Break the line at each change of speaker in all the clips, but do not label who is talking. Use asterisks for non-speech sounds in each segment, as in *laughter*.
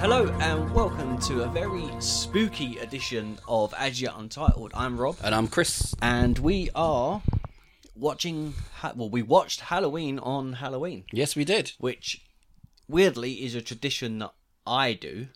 Hello and welcome to a very spooky edition of As Yet Untitled. I'm Rob,
And I'm Chris.
and we are watching. Ha- Well, we watched Halloween on Halloween,
Yes, we did.
which weirdly is a tradition that I do.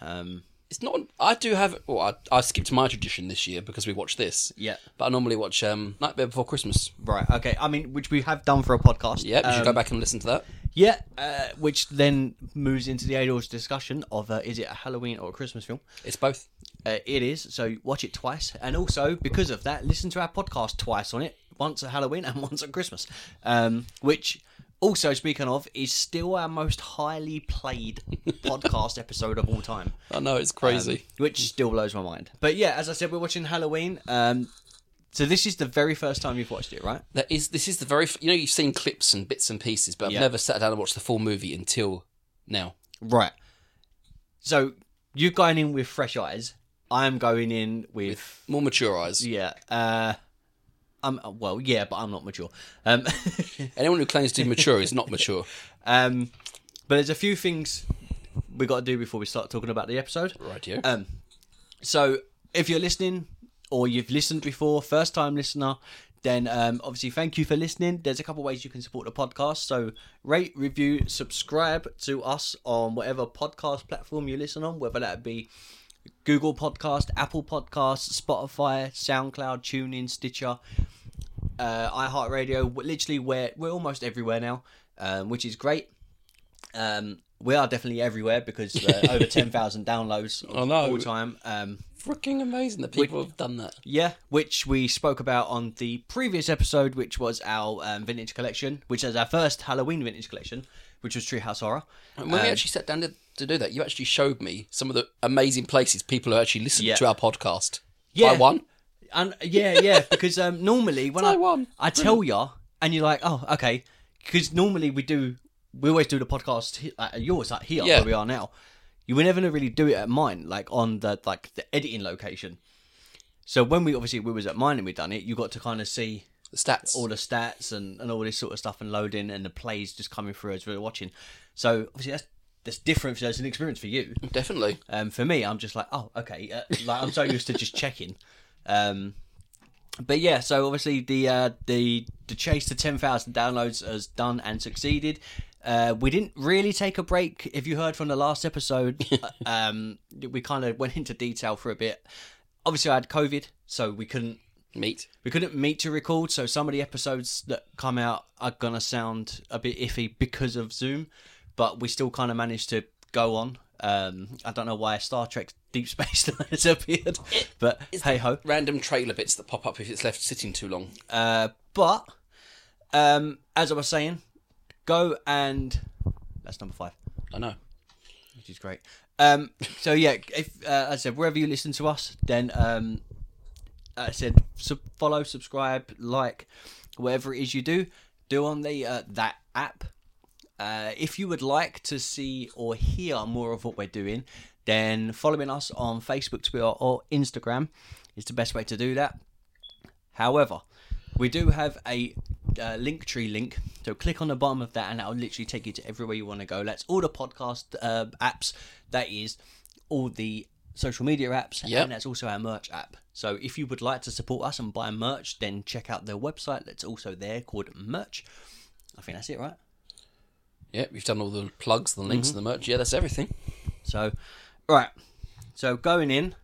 Um,
It's not. I do have. Well, I, I skipped my tradition this year because we watched this.
Yeah.
But I normally watch um, Nightmare Before Christmas.
right, okay. I mean, which we have done for a podcast.
Yeah, you should go
Um,
back and listen to that.
Yeah, uh, which then moves into the Adol's discussion of uh, is it a Halloween or a Christmas film?
It's both.
Uh, it is, so watch it twice. And also, because of that, listen to our podcast twice on it once at Halloween *laughs* and once at Christmas. Um, which, also, speaking of, is still our most highly *laughs* played podcast episode of all time,
I know
um,
it's crazy.
which still blows my mind. But yeah, as I said, we're watching Halloween. Um, so this is the very first time you've watched it, right?
that is. This is the very. f- You know, you've seen clips and bits and pieces, but I've
Yeah.
never sat down and watched the full movie until now.
Right. So you're going in with fresh eyes. I'm going in with
More mature eyes.
Yeah. Uh, I'm well, yeah, but I'm not mature. Um, *laughs*
Anyone who claims to be mature is not mature.
um, but there's a few things we got to do before we start talking about the episode.
Right here.
Um, so if you're listening or you've listened before, first time listener, then um, obviously thank you for listening. There's a couple ways you can support the podcast. So rate, review, subscribe to us on whatever podcast platform you listen on, whether that be Google Podcast, Apple Podcast, Spotify, SoundCloud, TuneIn, Stitcher, uh, iHeartRadio. w- Literally, we're we're almost everywhere now, um, which is great. Um, we are definitely everywhere because
*laughs*
uh, over ten thousand downloads
I know.
all time. Um,
Freaking amazing that people have done that.
yeah, which we spoke about on the previous episode, which was our um, vintage collection, which is our first Halloween vintage collection, which was Treehouse Horror.
And when we
um,
actually sat down to, to do that, you actually showed me some of the amazing places people have actually listened
Yeah.
to our podcast.
Yeah.
Taiwan.
And yeah, yeah, because um, normally
*laughs*
when
Taiwan.
I I tell ya, and you're like, oh, okay, because normally we do we always do the podcast he- at yours like here
Yeah.
where we are now. You were never gonna really do it at mine, like on the like the editing location. So when we obviously we was at mine and we done it, you got to kind of see
The stats.
all the stats and, and all this sort of stuff and loading and the plays just coming through as we were watching. So obviously that's that's different. So it's an experience for you.
Definitely.
Um, for me, I'm just like, oh, okay. Uh, like I'm so used to just checking. Um, but yeah, so obviously the uh, the the chase to ten thousand downloads has done and succeeded. Uh, we didn't really take a break. If you heard from the last episode, uh, um, we kind of went into detail for a bit. Obviously, I had COVID, so we couldn't
Meat.
we couldn't meet to record, so some of the episodes that come out are gonna sound a bit iffy because of Zoom, but we still kind of managed to go on. Um, I don't know why Star Trek Deep Space *laughs* Nine has appeared, but hey ho.
Random trailer bits that pop up if it's left sitting too long.
Uh, but um, as I was saying, go and that's number five.
I know.
which is great. Um, so yeah, if uh, as I said, wherever you listen to us, then um, as I said, sub- follow, subscribe, like, whatever it is you do, do on the uh, that app. Uh, if you would like to see or hear more of what we're doing, then following us on Facebook, Twitter, or Instagram is the best way to do that. However, we do have a uh, link tree link, so click on the bottom of that, and that will literally take you to everywhere you want to go. That's all the podcast uh, apps. That is all the social media apps,
Yep.
and that's also our merch app. So if you would like to support us and buy merch, then check out their website. That's also there called Merch. I think that's it, right?
Yeah, we've done all the plugs, the links, and the merch. Yeah, that's everything.
So, right. So going in,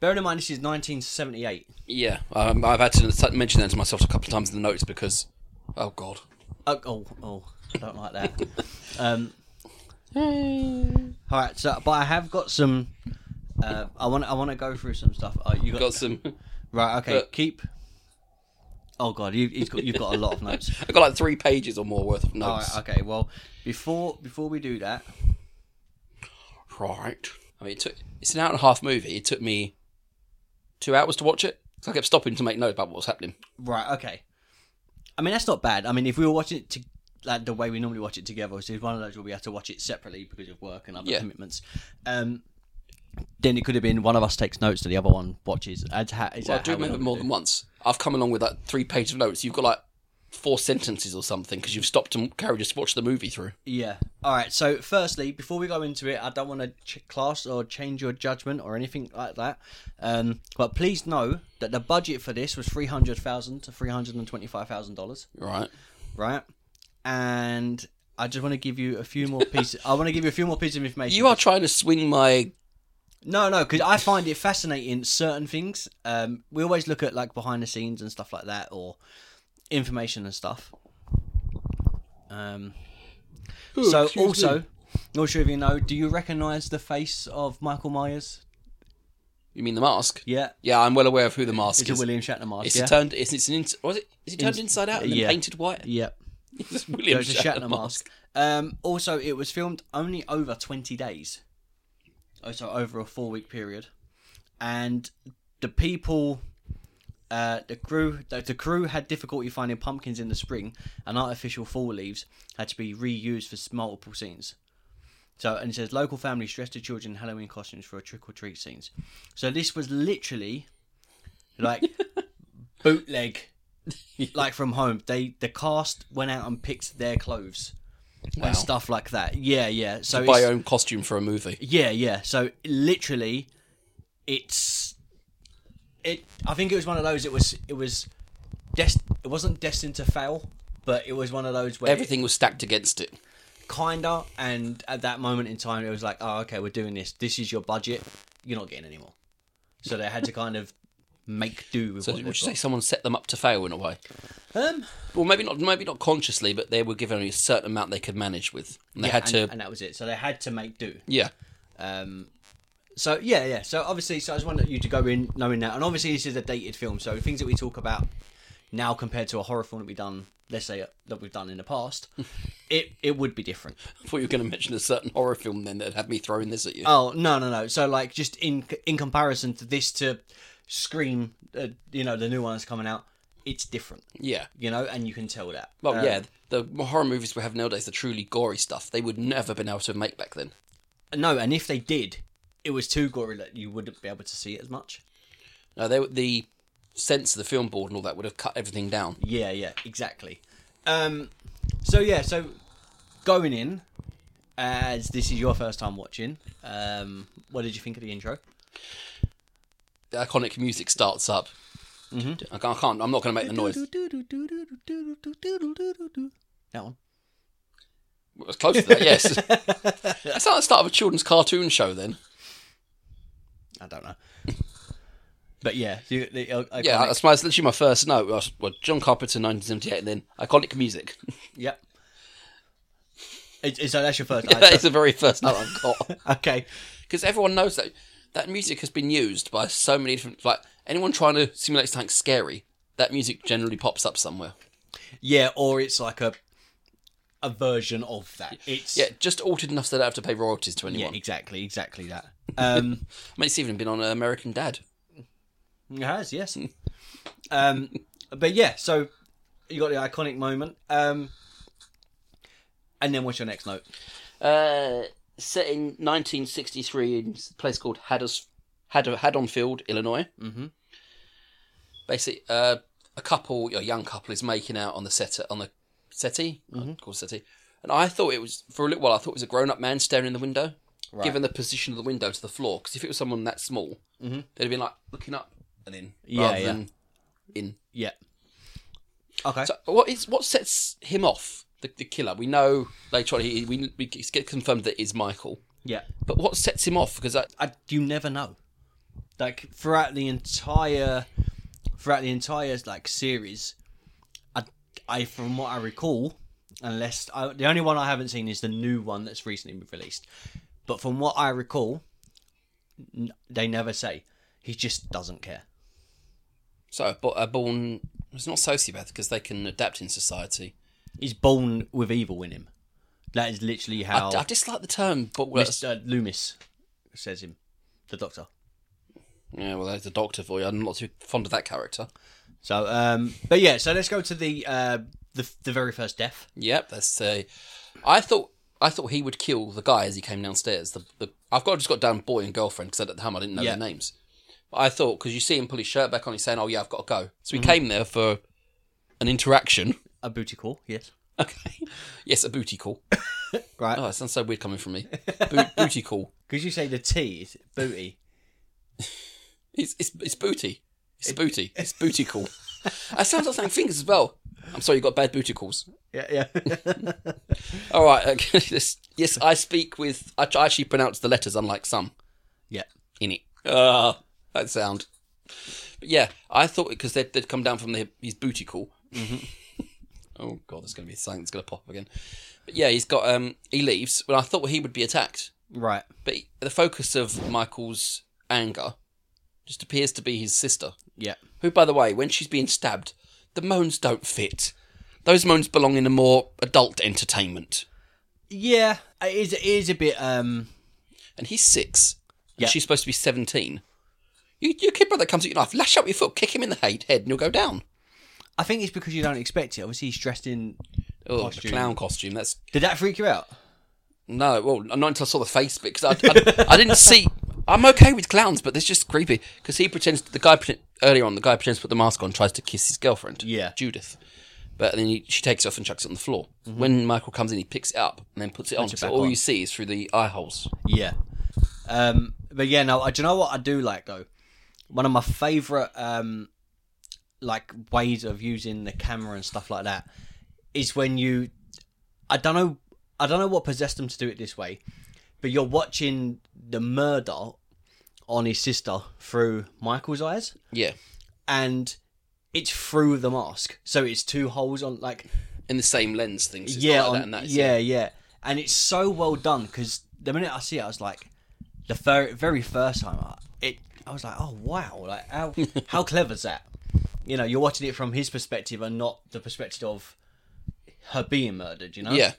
bearing in mind this is 1978.
Yeah, um, I've had to mention that to myself a couple of times in the notes because, oh god,
Oh, oh, oh I don't like that. um, all right. So, but I have got some. Uh, I want. I want to go through some stuff. Oh, you got,
got some. *laughs*
right. Okay.
but-
keep. Oh God, you, he's got, you've got a lot of notes.
*laughs* I got like three pages or more worth of
All
notes.
right. Okay. Well, before before we do that,
Right. I mean, it took, it's an hour and a half movie. It took me two hours to watch it. 'Cause I kept stopping to make notes about what was happening.
Right. Okay. I mean, that's not bad. I mean, if we were watching it to like the way we normally watch it together, which is one of those where we have to watch it separately because of work and other
Yeah.
commitments. Um, then it could have been one of us takes notes and the other one watches. As ha- is
Well, I
that
do
how we
remember
normally
more than once. I've come along with like three pages of notes. You've got like four sentences or something because you've stopped and Carrie just watched the movie through.
Yeah. All right. So, firstly, before we go into it, I don't want to ch- class or change your judgment or anything like that. Um, but please know that the budget for this was three hundred thousand to three hundred and twenty-five thousand dollars,
Right.
right? And I just want to give you a few more pieces. I want to give you a few more pieces of information.
You are trying to swing my.
No, no, because I find it fascinating certain things. Um, we always look at like behind the scenes and stuff like that, or information and stuff. Um, so also, not sure if you know, do you recognise the face of Michael Myers?
You mean the mask?
Yeah,
Yeah, I'm well aware of who the mask
it's a
is.
William Shatner mask.
It's
yeah,
turned. It's, it's an. Ins- was it? Is it turned
Ins-
inside out and then
yeah.
painted white?
yeah.
*laughs* It's
So
William
it's a Shatner mask. Um, also, it was filmed only over twenty days, oh, so over a four-week period, and the people, uh, the crew, the, the crew had difficulty finding pumpkins in the spring, and artificial fall leaves had to be reused for s- multiple scenes. So, and it says local families dressed the children in Halloween costumes for a trick or treat scenes. So this was literally
*laughs*
like bootleg like from home. They the cast went out and picked their clothes
Wow.
and stuff like that. Yeah, yeah. So
Buy
it's,
your own costume for a movie.
yeah, yeah. So literally, it's it. I think it was one of those. It was it was dest. It wasn't destined to fail, but it was one of those where
Everything was stacked against it.
kinda. And at that moment in time, it was like, oh, okay, we're doing this. This is your budget. You're not getting any more. So they had to kind of make do with
So
what
would
they've
you say
got.
someone set them up to fail in a way?
Um,
Well, maybe not. Maybe not consciously, but they were given only a certain amount they could manage with, and they had
and-
to.
and that was it. So they had to make do.
yeah,
Um, so yeah, yeah. So obviously, so I just wanted you to go in knowing that, and obviously this is a dated film, so things that we talk about now compared to a horror film that we've done, let's say that we've done in the past, *laughs* it it would be different.
I thought you were going to mention a certain horror film then that had me throwing this at you.
Oh no, no, no. So like just in in comparison to this to Scream, uh, you know, the new one that's coming out, it's different,
yeah.
you know, and you can tell that.
Well,
Um,
yeah. The horror movies we have nowadays, the truly gory stuff, they would never been able to make back then.
Um, No, and if they did, it was too gory that you wouldn't be able to see it as much.
No, they the sense of the film board and all that would have cut everything down.
Yeah, yeah, exactly. Um, so yeah, so going in as this is your first time watching, um, what did you think of the intro?
The iconic music starts up. I can't. I can't I'm not going to make
*laughs*
the noise.
That one.
It was close to that. Yes. That's like the start of a children's cartoon show. Then.
I don't
*laughs*
know. But yeah, you, the, uh, iconic.
Yeah, that's my that's literally my first note. was, Well, John Carpenter, 1978, and then iconic music.
yep. It, it- so that's your first.
*laughs* that is the very first note I've got
okay.
because everyone knows that that music has been used by so many different. Like anyone trying to simulate something scary, that music generally pops up somewhere.
Yeah, or it's like a a version of that. It's
Yeah, just altered enough so they don't have to pay royalties to
yeah
anyone.
exactly, exactly
*laughs*
that. Um,
I mean, it's even been on uh, American Dad.
It has, yes. um, but yeah, so you got the iconic moment. Um, and then what's your next note?
Uh, set in 1963 in a place called Hadders, Had- Haddonfield, Illinois.
Mhm.
Basically, uh, a couple, a young couple, is making out on the set on the settee,
Mm-hmm.
mm settee. And I thought it was for a little while. I thought it was a grown-up man staring in the window,
Right.
given the position of the window to the floor. Because if it was someone that small,
Mhm.
they'd have been like looking up and in,
Yeah,
rather
yeah.
than in.
Yeah. Okay.
So what is what sets him off? The, the killer. We know later on. He, we we get confirmed that it is Michael.
yeah.
But what sets him off? Because I,
I, you never know. Like throughout the entire, throughout the entire like series, I, I from what I recall, unless I, the only one I haven't seen is the new one that's recently been released, but from what I recall, n- they never say. He just doesn't care.
so a bo- a born it's not sociopath because they can adapt in society.
is born with evil in him. That is literally
I,
how
I dislike the term, but well, that's-
Mr. Loomis says him, the doctor.
yeah, well, there's a doctor for you. I'm not too fond of that character.
So, um, but yeah, so let's go to the uh, the the very first death.
Yep, that's uh, I thought I thought he would kill the guy as he came downstairs. The, the I've got just got down boy and girlfriend because at the time I didn't know
Yeah.
their names. But I
Mm-hmm. *laughs*
thought because you see him pull his shirt back on, he's saying, "Oh yeah, I've got to go." So he came there for an interaction.
a booty call, yes.
Okay. Yes, a booty call.
*laughs* Right.
Oh, it sounds so weird coming from me. Boot, booty call.
Because you say the T is booty.
It's, it's it's booty. It's a booty. It's booty call. That sounds like something fingers as well. I'm sorry, you got bad booty calls.
*laughs* Yeah, *laughs* yeah.
All right. Okay, *laughs* this, yes, I speak with. I I actually pronounce the letters unlike some
yeah.
in it. Ah, that sound. But yeah, I thought because they'd, they'd come down from the, his booty call. *laughs* oh god, there's going to be something that's going to pop up again. But yeah, he's got. Um, he leaves. Well, I thought he would be attacked,
Right.
but he- the focus of Michael's anger just appears to be his sister.
Yeah.
Who, by the way, when she's being stabbed, the moans don't fit. Those moans belong in a more adult entertainment.
Yeah. It is, it is a bit. um
And he's six. And
Yeah.
she's supposed to be 17. You, your kid brother comes at your knife, lash out with your foot, kick him in the head, head and you'll go down.
I think it's because you don't expect it. Obviously, he's dressed in.
Oh, the
Costume.
clown costume. That's
Did that freak you out?
no. Well, not until I saw the face bit because I, I, I didn't see. I'm okay with clowns, but this is just creepy because he pretends. The guy pretend, earlier on, the guy pretends to put the mask on, tries to kiss his girlfriend,
Yeah.
Judith, but then he, she takes it off and chucks it on the floor. When Michael comes in, he picks it up and then puts it on.
Mm-hmm. it
So
back
all
on.
you see is through the eye holes.
Yeah. Um, but yeah, no, I do you know what I do like though. One of my favorite um, like ways of using the camera and stuff like that is when you, I don't know, I don't know what possessed them to do it this way, but you're watching the murder on his sister through Michael's eyes,
Yeah,
and it's through the mask, so it's two holes on like
in the same lens things. It's
yeah,
not like
on-
that and that, is it?
yeah, yeah, and it's so well done because the minute I see it, I was like, the very, very first time, I, it, I was like, oh wow, like
*laughs*
how how clever's that? You know, you're watching it from his perspective and not the perspective of her being murdered. You know?
Yeah.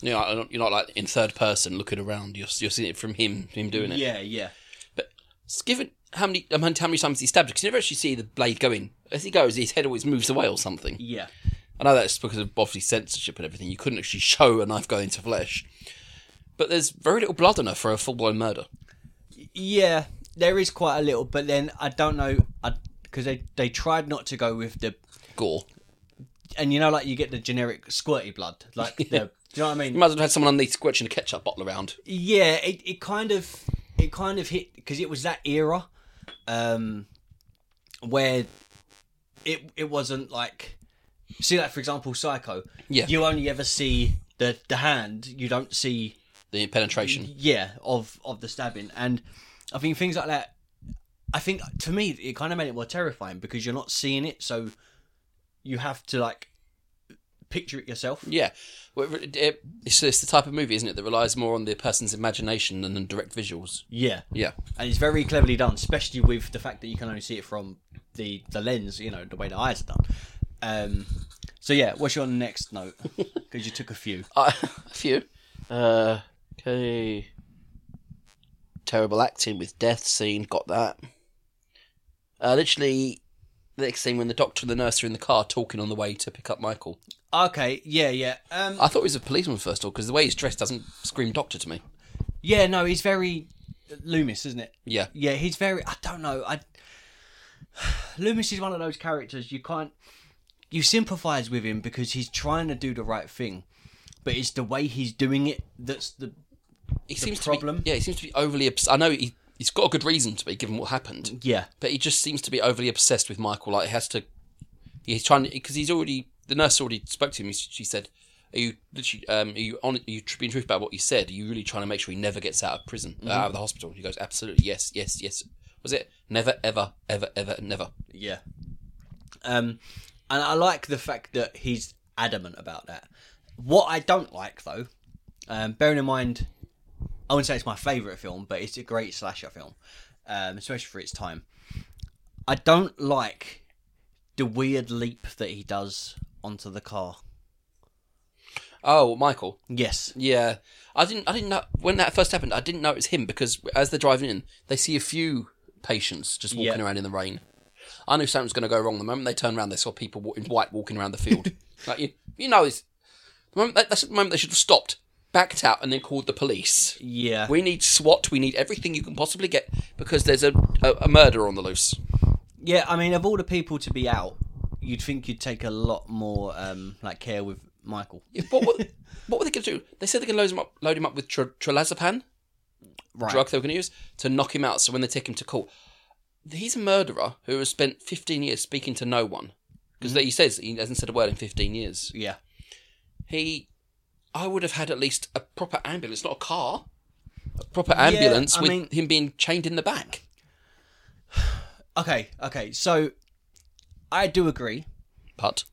You know, I don't- you're not like in third person looking around. You're, you're seeing it from him, him doing it.
yeah, yeah,
But it's given how many how many how many times he stabbed, because you never actually see the blade going. As he goes, his head always moves away or something.
yeah,
I know that's because of obviously censorship and everything. You couldn't actually show a knife going into flesh. But there's very little blood on her for a full blown murder.
yeah. There is quite a little, but then I don't know, because they they tried not to go with the,
Gore.
and you know, like you get the generic squirty blood,
*laughs*
like the, do you know what I mean?
You might as well have someone underneath squirting a ketchup bottle around.
yeah it, it kind of it kind of hit because it was that era um where it it wasn't like see like for example psycho
Yeah.
you only ever see the the hand you don't see
The penetration.
yeah of of the stabbing and i think things like that i think to me it kind of made it more terrifying because you're not seeing it so you have to like picture it yourself
Yeah. Well, it- it- It's it's the type of movie, isn't it, that relies more on the person's imagination than on direct visuals.
yeah
Yeah.
and it's very cleverly done, especially with the fact that you can only see it from the the lens, you know, the way the eyes are done. Um, so yeah, what's your next note? Because you took a few.
Uh, *laughs* a few. Uh, okay. Terrible acting with death scene. Got that. Uh, literally, the next scene when the doctor and the nurse are in the car talking on the way to pick up Michael.
Okay, yeah, yeah, um,
I thought he was a policeman first of all because the way he's dressed doesn't scream doctor to me.
yeah. No, he's very Loomis, isn't it?
Yeah.
Yeah, he's very. I don't know. I *sighs* Loomis is one of those characters you can't. You sympathise with him because he's trying to do the right thing, but it's the way he's doing it that's the
He seems to
problem?
be. Yeah, he seems to be overly. Obs- I know he, he's got a good reason to be given what happened,
yeah
but he just seems to be overly obsessed with Michael. Like he has to. He's trying because he's already. The nurse already spoke to him. She she said, "Are you literally? Um, are you on? Are you tr- being truthful about what you said? Are you really trying to make sure he never gets out of prison, uh, out of the hospital?" He goes, "Absolutely, yes, yes, yes." Was it never, ever, ever, ever, never?
Yeah. Um, and I like the fact that he's adamant about that. What I don't like, though, um, bearing in mind, I wouldn't say it's my favourite film, but it's a great slasher film, um, especially for its time. I don't like the weird leap that he does onto the car.
Oh, Michael.
Yes.
Yeah, I didn't. I didn't know when that first happened. I didn't know it was him because as they're driving in, they see a few patients just walking
Yeah.
around in the rain. I knew something was going to go wrong the moment they turned around. They saw people wa- in white walking around
*laughs*
the field. like you, you know, it's the moment that, that's the moment they should have stopped, backed out, and then called the police.
Yeah.
We need SWAT. We need everything you can possibly get because there's a a, a murder on the loose.
Yeah, I mean, of all the people to be out, you'd think you'd take a lot more um, like care with Michael.
What, what, what were they going to do? They said they're going to load him up, load him up with tra- trilazepam,
Right.
drug they were going to use to knock him out. So when they take him to court, he's a murderer who has spent 15 years speaking to no one because
Mm-hmm.
he says he hasn't said a word in 15 years.
Yeah.
He, I would have had at least a proper ambulance, not a car, a proper ambulance
I
with
mean-
him being chained in the back.
Okay. Okay. So I do agree.
But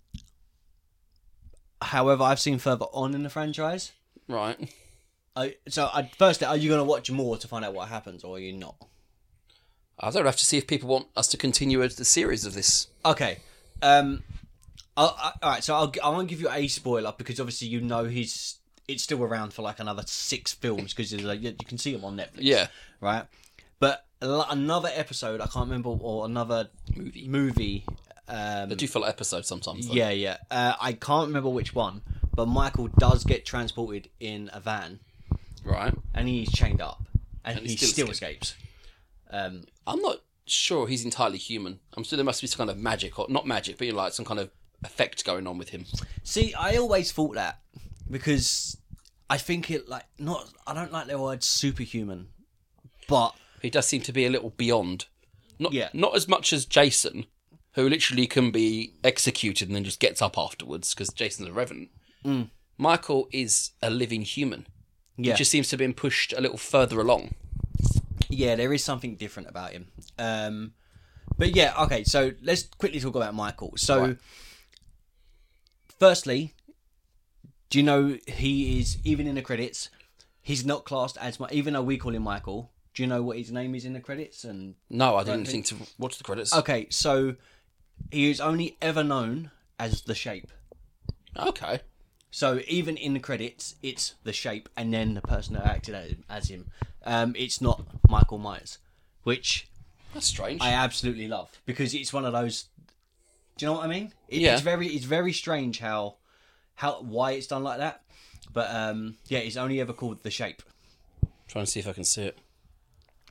However, I've seen further on in the franchise.
right,
I, so, I, firstly, are you going to watch more to find out what happens, or are you not?
I don't know, I have to see if people want us to continue the series of this.
Okay. Um. I'll, I, all right. So I'll I won't give you a spoiler because obviously you know he's it's still around for like another six films because like, you you can see him on Netflix.
Yeah,
Right. But al- another episode I can't remember or another
Movie.
movie. Um,
they do follow episodes sometimes. though.
yeah, yeah. Uh, I can't remember which one, but Michael does get transported in a van
right.
and he's chained up and,
And
he,
he
still,
still
escapes. Um,
I'm not sure he's entirely human. I'm sure there must be some kind of magic, or not magic, but you know, like some kind of effect going on with him.
See, I always thought that because I think it like not. I don't like the word superhuman, but
He does seem to be a little beyond. Not
Yeah.
not as much as Jason, who literally can be executed and then just gets up afterwards because Jason's a revenant. Michael is a living human.
Mm. Yeah.
He just seems to have been pushed a little further along.
yeah, there is something different about him. Um, but yeah, okay. So let's quickly talk about Michael. So,
Right.
firstly, do you know he is even in the credits? He's not classed as my. Even though we call him Michael, do you know what his name is in the credits? And
No, I didn't think to watch the credits.
okay, so he is only ever known as the Shape.
Okay.
So even in the credits, it's the shape and then the person that acted as him. As him. Um, it's not Michael Myers, which
That's strange.
I absolutely love because it's one of those. Do you know what I mean? It,
Yeah.
It's very it's very strange how how why it's done like that, but um, yeah, it's only ever called the shape.
trying to see if I can see it.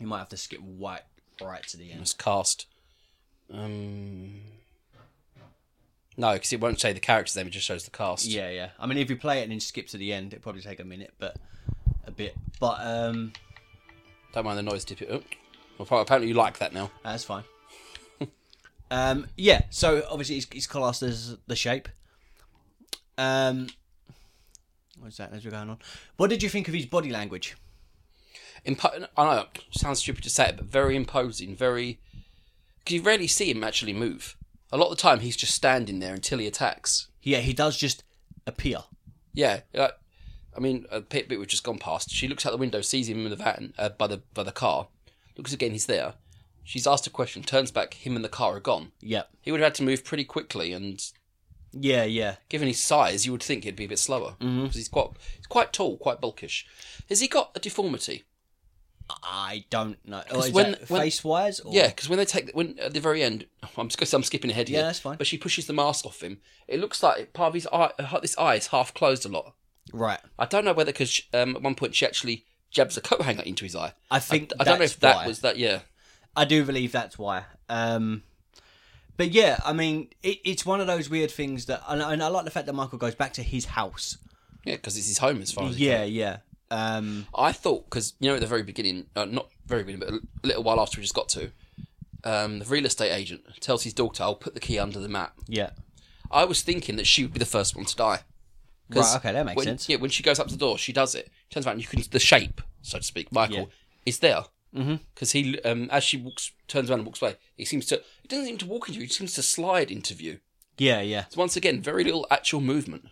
You might have to skip right right to the end.
It's cast. Um, no, because it won't say the character's name, it just shows the cast.
Yeah, yeah. I mean, if you play it and then skip to the end, it'd probably take a minute, but a bit. But um,
Don't mind the noise, dip it up. Well, apparently you like that now.
That's fine. um, yeah, so obviously it's, it's classed as the shape. Um, what's that as we're going on? What did you think of his body language?
Impo- I know it sounds stupid to say it, but very imposing, very. Because you rarely see him actually move. A lot of the time, he's just standing there until he attacks.
Yeah, he does just appear.
Yeah, like, I mean, a pit bit we've just gone past. She looks out the window, sees him in the van uh, by the by the car. Looks again, he's there. She's asked a question, turns back. Him and the car are gone.
Yep.
He would have had to move pretty quickly, and
Yeah, yeah.
given his size, you would think he'd be a bit slower because
Mm-hmm.
he's quite he's quite tall, quite bulkish. Has he got a deformity?
I don't know. Oh, is
when-
that
when-
face wise? Or...
Yeah, because when they take when at the very end, *laughs* I'm just I'm skipping ahead here.
Yeah, that's fine.
But she pushes the mask off him. It looks like part of his eye, uh, this eye is half closed a lot.
Right.
I don't know whether because um, at one point she actually jabs a coat hanger into his eye.
I think
I don't know
that's
if that
why.
was that. Yeah,
I do believe that's why. Um, but yeah, I mean, it, it's one of those weird things that, and, I- and I like the fact that Michael goes back to his house.
yeah, because it's his home as far as.
Yeah, yeah. Um,
I thought because you know at the very beginning, uh, not very beginning, but a little while after we just got to, um, the real estate agent tells his daughter, "I'll put the key under the mat."
yeah.
I was thinking that she would be the first one to die. 'Cause
Right, okay, that makes
when-
sense.
Yeah, when she goes up to the door, she does it. Turns around, you can the shape, so to speak, Michael
Yeah. Mm-hmm.
is there because he, um, as she walks, turns around and walks away, he seems to. He doesn't seem to walk into you. He seems to slide into view.
Yeah, yeah.
So once again, very little actual movement.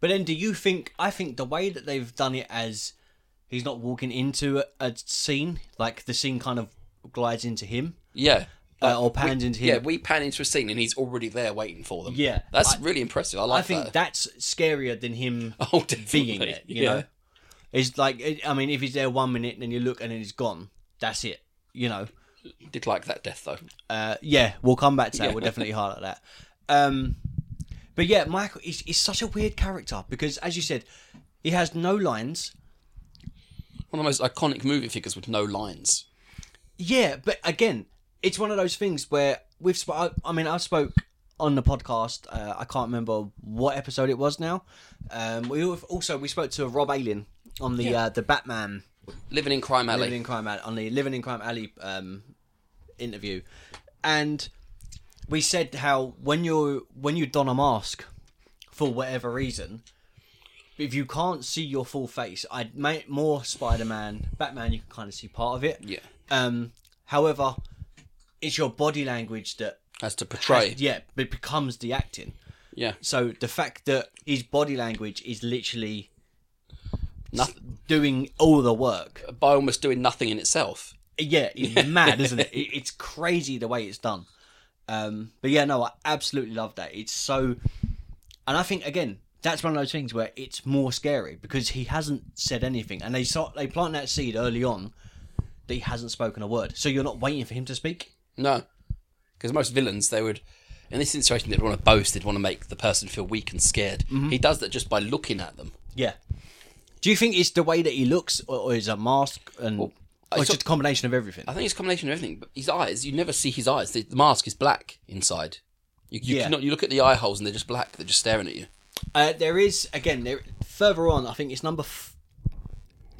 But then, do you think? I think the way that they've done it as he's not walking into a, a scene, like the scene kind of glides into him
Yeah.
uh, or pans into him.
Yeah, we pan into a scene and he's already there waiting for them.
Yeah,
that's
I-
really impressive. I
I
like
think
that. *laughs*
that's scarier than him
oh, definitely.
being there. You
yeah.
know, it's like it- I mean, if he's there one minute and then you look and then he's gone, that's it. You know,
did like that death though.
uh, yeah, we'll come back to that.
Yeah.
We'll definitely highlight that. Um, but yeah, Michael is, is such a weird character because, as you said, he has no lines.
One of the most iconic movie figures with no lines.
Yeah, but again, it's one of those things where we've. Sp- I, I mean, I spoke on the podcast. Uh, I can't remember what episode it was now. Um, we al- also we spoke to Rob Alien on the uh, the Batman
Living in Crime Alley.
Living in Crime Alley, on the Living in Crime Alley um, interview, and we said how when you when you don a mask for whatever reason, if you can't see your full face, I make more Spider Man, Batman, you can kind of see part of it.
Yeah.
Um, however, it's your body language that
As to portray.
yeah, it becomes the acting.
yeah.
So the fact that his body language is literally
Nothing,
doing all the work.
by almost doing nothing in itself.
Yeah, it's mad, isn't it? It- It's crazy the way it's done. Um, but yeah, no, I absolutely love that. It's so, and I think again, that's one of those things where it's more scary because he hasn't said anything, and they start they plant that seed early on that he hasn't spoken a word. So you're not waiting for him to speak.
No. Because most villains, they would, in this situation, they'd want to boast, they'd want to make the person feel weak and scared. He does that just by looking at them.
Yeah. Do you think it's the way that he looks, or, or is a mask, and or
it's
it's just a combination of everything?
I think it's a combination of everything. But his eyes, you never see his eyes. The, the mask is black inside. You, you,
Yeah.
cannot, you look at the eye holes and they're just black. They're just staring at you.
Uh, there is again there further on. I think it's number f-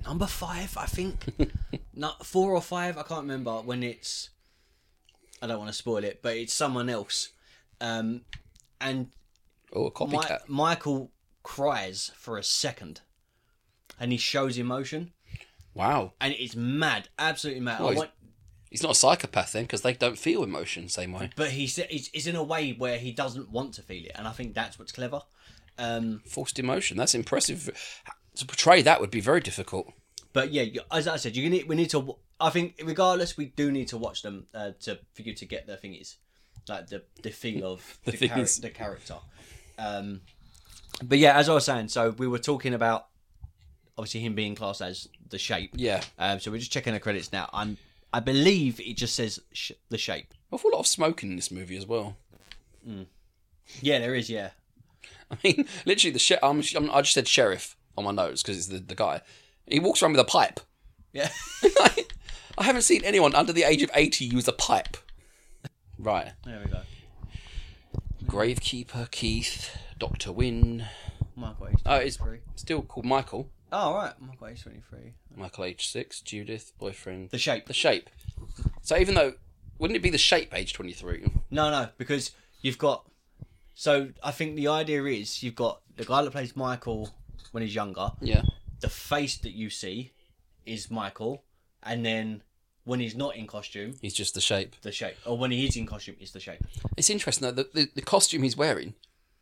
number five. I
*laughs*
think no, four or five. I can't remember when it's. I don't want to spoil it, but it's someone else, um, and
Oh, a
Mi-
copycat.
Michael cries for a second, and he shows emotion,
Wow.
and it's mad, absolutely mad. I
Well, he's-
want-
He's not a psychopath then because they don't feel emotion same way.
but he's, he's he's in a way where he doesn't want to feel it, and I think that's what's clever. Um,
Forced emotion. That's impressive. To portray that would be very difficult.
But yeah, you- as I said, you need we need to. w- I think regardless, we do need to watch them uh, to for you to get the thingies, like the the feel of *laughs* the, chara-
thingies.
the character. Um, but yeah, as I was saying, so we were talking about obviously him being classed as the shape.
Yeah.
Um, so we're just checking the credits now. I'm I believe it just says sh- the shape.
Awful lot of smoking in this movie as well.
Yeah, there is. Yeah,
*laughs* I mean, literally, the sheriff. I'm, I'm, I just said sheriff on my notes because it's the, the guy. He walks around with a pipe. *laughs*
*laughs* yeah.
I haven't seen anyone under the age of 80 use a pipe. Right.
there we go.
Gravekeeper, Keith, Dr. Wynne.
Michael H.
Oh, it's
twenty-three.
still called Michael.
Oh right, Michael H. Twenty three.
Michael, age six, Judith, boyfriend.
The shape.
The shape. So even though, wouldn't it be the shape, age 23?
No, no, because you've got. So I think the idea is you've got the guy that plays Michael when he's younger.
Yeah.
The face that you see is Michael, and then when he's not in costume,
He's just the shape.
the shape, or when he is in costume, it's the shape.
It's interesting though, the, the, the costume he's wearing,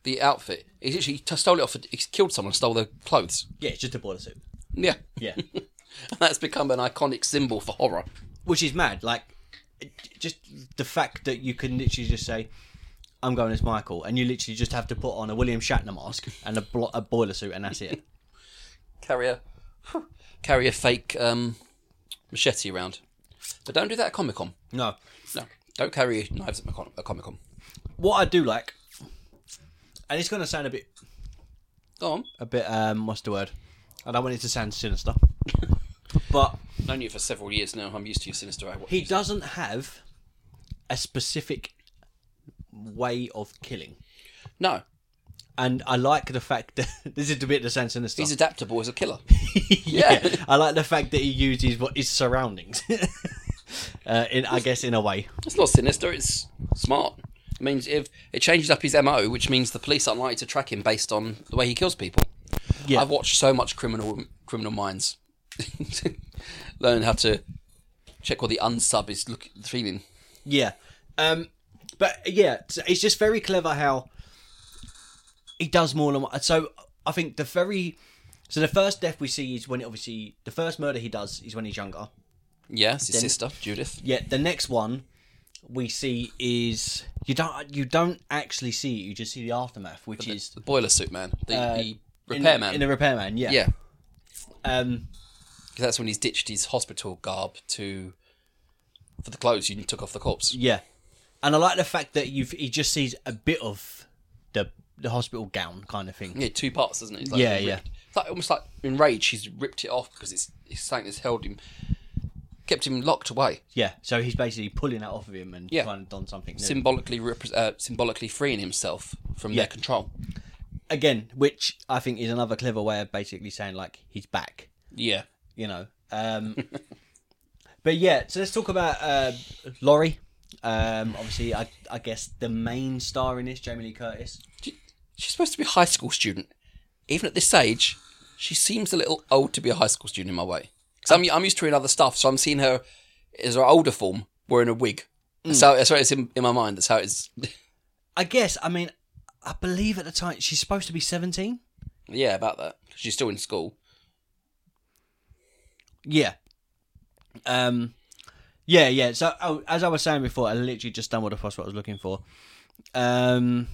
the outfit, he's actually he stole it off, he killed someone, and stole their clothes.
Yeah, it's just a boiler suit.
Yeah.
Yeah,
*laughs* That's become an iconic symbol for horror.
which is mad. Like, it- just the fact that you can literally just say. I'm going as Michael, and you literally just have to put on a William Shatner mask and a, blo- a boiler suit, and that's it.
Carry a, carry a fake um, machete around. But don't do that at Comic Con.
No,
No. Don't carry knives at Macon- at Comic Con.
what I do like, and it's going to sound a bit
Go on.
a bit um what's the word i don't want it to sound sinister *laughs* but
I've known you for several years now. I'm used to your sinister eye.
he doesn't have a specific way of killing
No.
and i like the fact that *laughs* this is a bit the sound sinister
He's adaptable as a killer.
*laughs* yeah i like the fact that he uses what his surroundings *laughs* uh, in i guess in a way
It's not sinister. It's smart. It means if it changes up his MO, which means the police aren't likely to track him based on the way he kills people.
Yeah.
I've watched so much criminal Criminal Minds. *laughs* Learn how to check what the unsub is look, feeling.
Yeah. Um, but yeah, it's- it's just very clever how he does more than one. So I think the very. So the first death we see is when it obviously. The first murder he does is when he's younger.
Yeah, it's his sister Judith.
Yeah, the next one we see is. You don't you don't actually see it, you just see the aftermath, which is.
The boiler suit man, the, the
Uh, in-
repairman.
In the repairman, yeah.
yeah,
Um,
because that's when he's ditched his hospital garb to for the clothes you took off the corpse.
yeah. And I like the fact that you've he just sees a bit of the the hospital gown kind of thing.
Yeah, two parts, doesn't it? It's
Yeah,
ripped-
yeah.
It's like, almost like in Rage, he's ripped it off because it's, it's something that's held him. kept him locked away,
Yeah, so he's basically pulling that off of him and
Yeah.
trying to don something new.
symbolically repre- uh, symbolically freeing himself from
Yeah.
their control.
Again, which I think is another clever way of basically saying like he's back.
Yeah,
you know. Um, but yeah, so let's talk about uh, Laurie. Um, obviously, I, I guess the main star in this, Jamie Lee Curtis.
she's supposed to be a high school student. Even at this age, she seems a little old to be a high school student in my way. Because I'm, I'm used to her in other stuff, so I'm seeing her as her older form wearing a wig.
Hmm.
So that's how it's in, in my mind. That's how it's. *laughs*
I guess, I mean, I believe at the time she's supposed to be 17.
Yeah, about that. She's still in school.
Yeah. Um, yeah, yeah. So, oh, as I was saying before, I literally just done what the fuss what I was looking for. Um,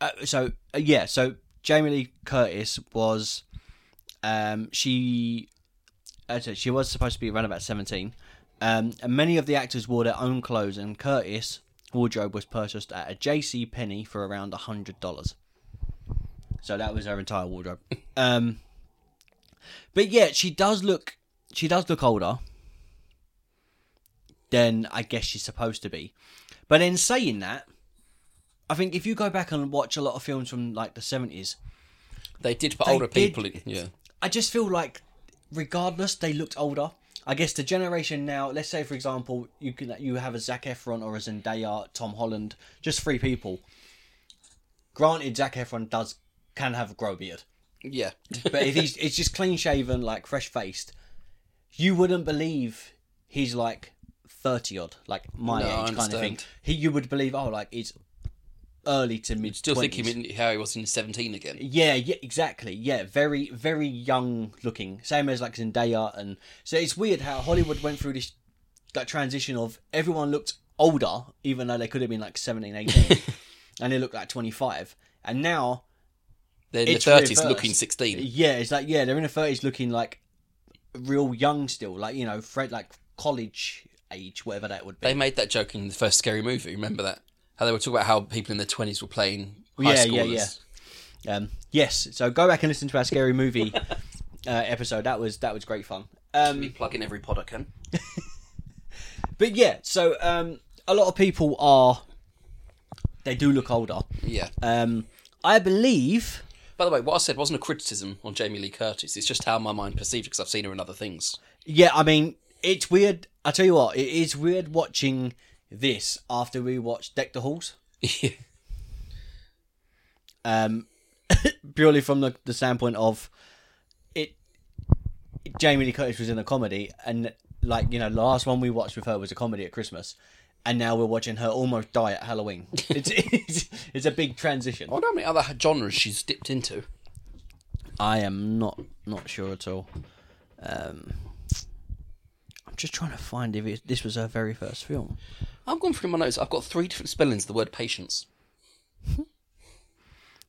uh, so, uh, yeah, so Jamie Lee Curtis was, um, she, as I said, she was supposed to be around about 17. Um, and many of the actors wore their own clothes, and Curtis' wardrobe was purchased at a J.C. Penney for around $100. So that was her entire wardrobe. Um, but yeah, she does look she does look older than I guess she's supposed to be. But in saying that, I think if you go back and watch a lot of films from like the seventies,
They did put
They
older
did.
people in. Yeah.
I just feel like regardless they looked older. I guess the generation now, let's say for example, you can you have a Zac Efron or a Zendaya, Tom Holland, just three people. Granted, Zac Efron does can have a grow beard.
Yeah.
*laughs* But if he's it's just clean shaven, like fresh faced, you wouldn't believe he's like thirty odd, like my
No, I
age kind of thing.
understand.
He you would believe, oh, like it's early to mid.
Still
20s.
thinking in- how he was in 17 again.
Yeah, yeah, exactly. Yeah, very, very young looking. Same as like Zendaya, and so it's weird how Hollywood went through this that transition of everyone looked older, even though they could have been like 17,
*laughs*
18, and they looked like twenty five, and now
They're in
It's
their 30s
reversed.
looking 16.
Yeah, it's like yeah, they're in their thirties, looking like real young still, like you know, Fred, like college age, whatever that would be.
They made that joke in the first scary movie. Remember that? How they were talking about how people in their 20s were playing high
Yeah,
schoolers.
yeah, yeah. Um, yes, so go back and listen to our scary movie uh, episode. That was that was great fun. Um,
We plug in every pod I can.
but yeah, so um, a lot of people are they do look older.
Yeah.
Um, I believe.
By the way, what I said wasn't a criticism on Jamie Lee Curtis. It's just how my mind perceived because I've seen her in other things.
Yeah, I mean, it's weird. I tell you what, it is weird watching this after we watched Deck the Halls. um, *laughs* purely from the, the standpoint of it. Jamie Lee Curtis was in a comedy, and like you know, the last one we watched with her was a comedy at Christmas, and now we're watching her almost die at Halloween. It's it's, it's a big transition.
I wonder how many other genres she's dipped into.
I am not not sure at all. Um, I'm just trying to find if it, this was her very first film.
I've gone through my notes. I've got three different spellings of the word patience.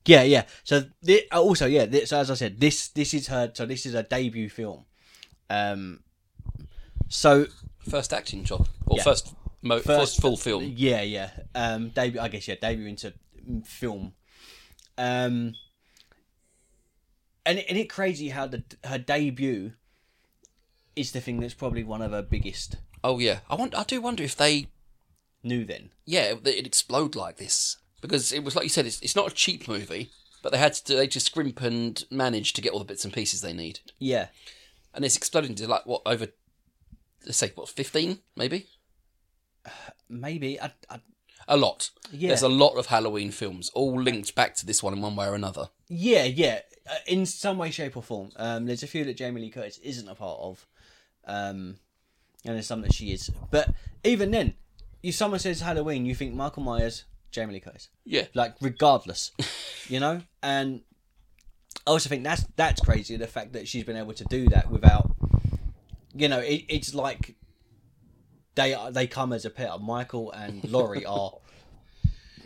Yeah, yeah. So thi- uh, also, yeah. This, so as I said, this this is her. So this is her debut film. Um, so
First acting job. Or
Yeah.
first, mo-
First-
first full film.
yeah, yeah. Um, debut. I guess yeah, debut into mm, film. Um, and it- and it crazy how the her debut is the thing that's probably one of her biggest.
Oh, yeah. I, want, I do wonder if they
New then.
yeah, it it'd explode like this because it was like you said, it's, it's not a cheap movie, but they had to they just scrimp and manage to get all the bits and pieces they need,
Yeah.
and it's exploded into like what over, let's say what fifteen maybe
Maybe I, I
a lot.
Yeah.
There's a lot of Halloween films all linked back to this one in one way or another.
Yeah, yeah, uh, in some way, shape, or form. Um, there's a few that Jamie Lee Curtis isn't a part of, um, and there's some that she is. But even then, if someone says Halloween, you think Michael Myers, Jamie Lee Curtis,
Yeah,
like regardless, you know. And I also think that's that's crazy the fact that she's been able to do that without, you know, it, it's like they are, they come as a pair. Michael and Laurie are,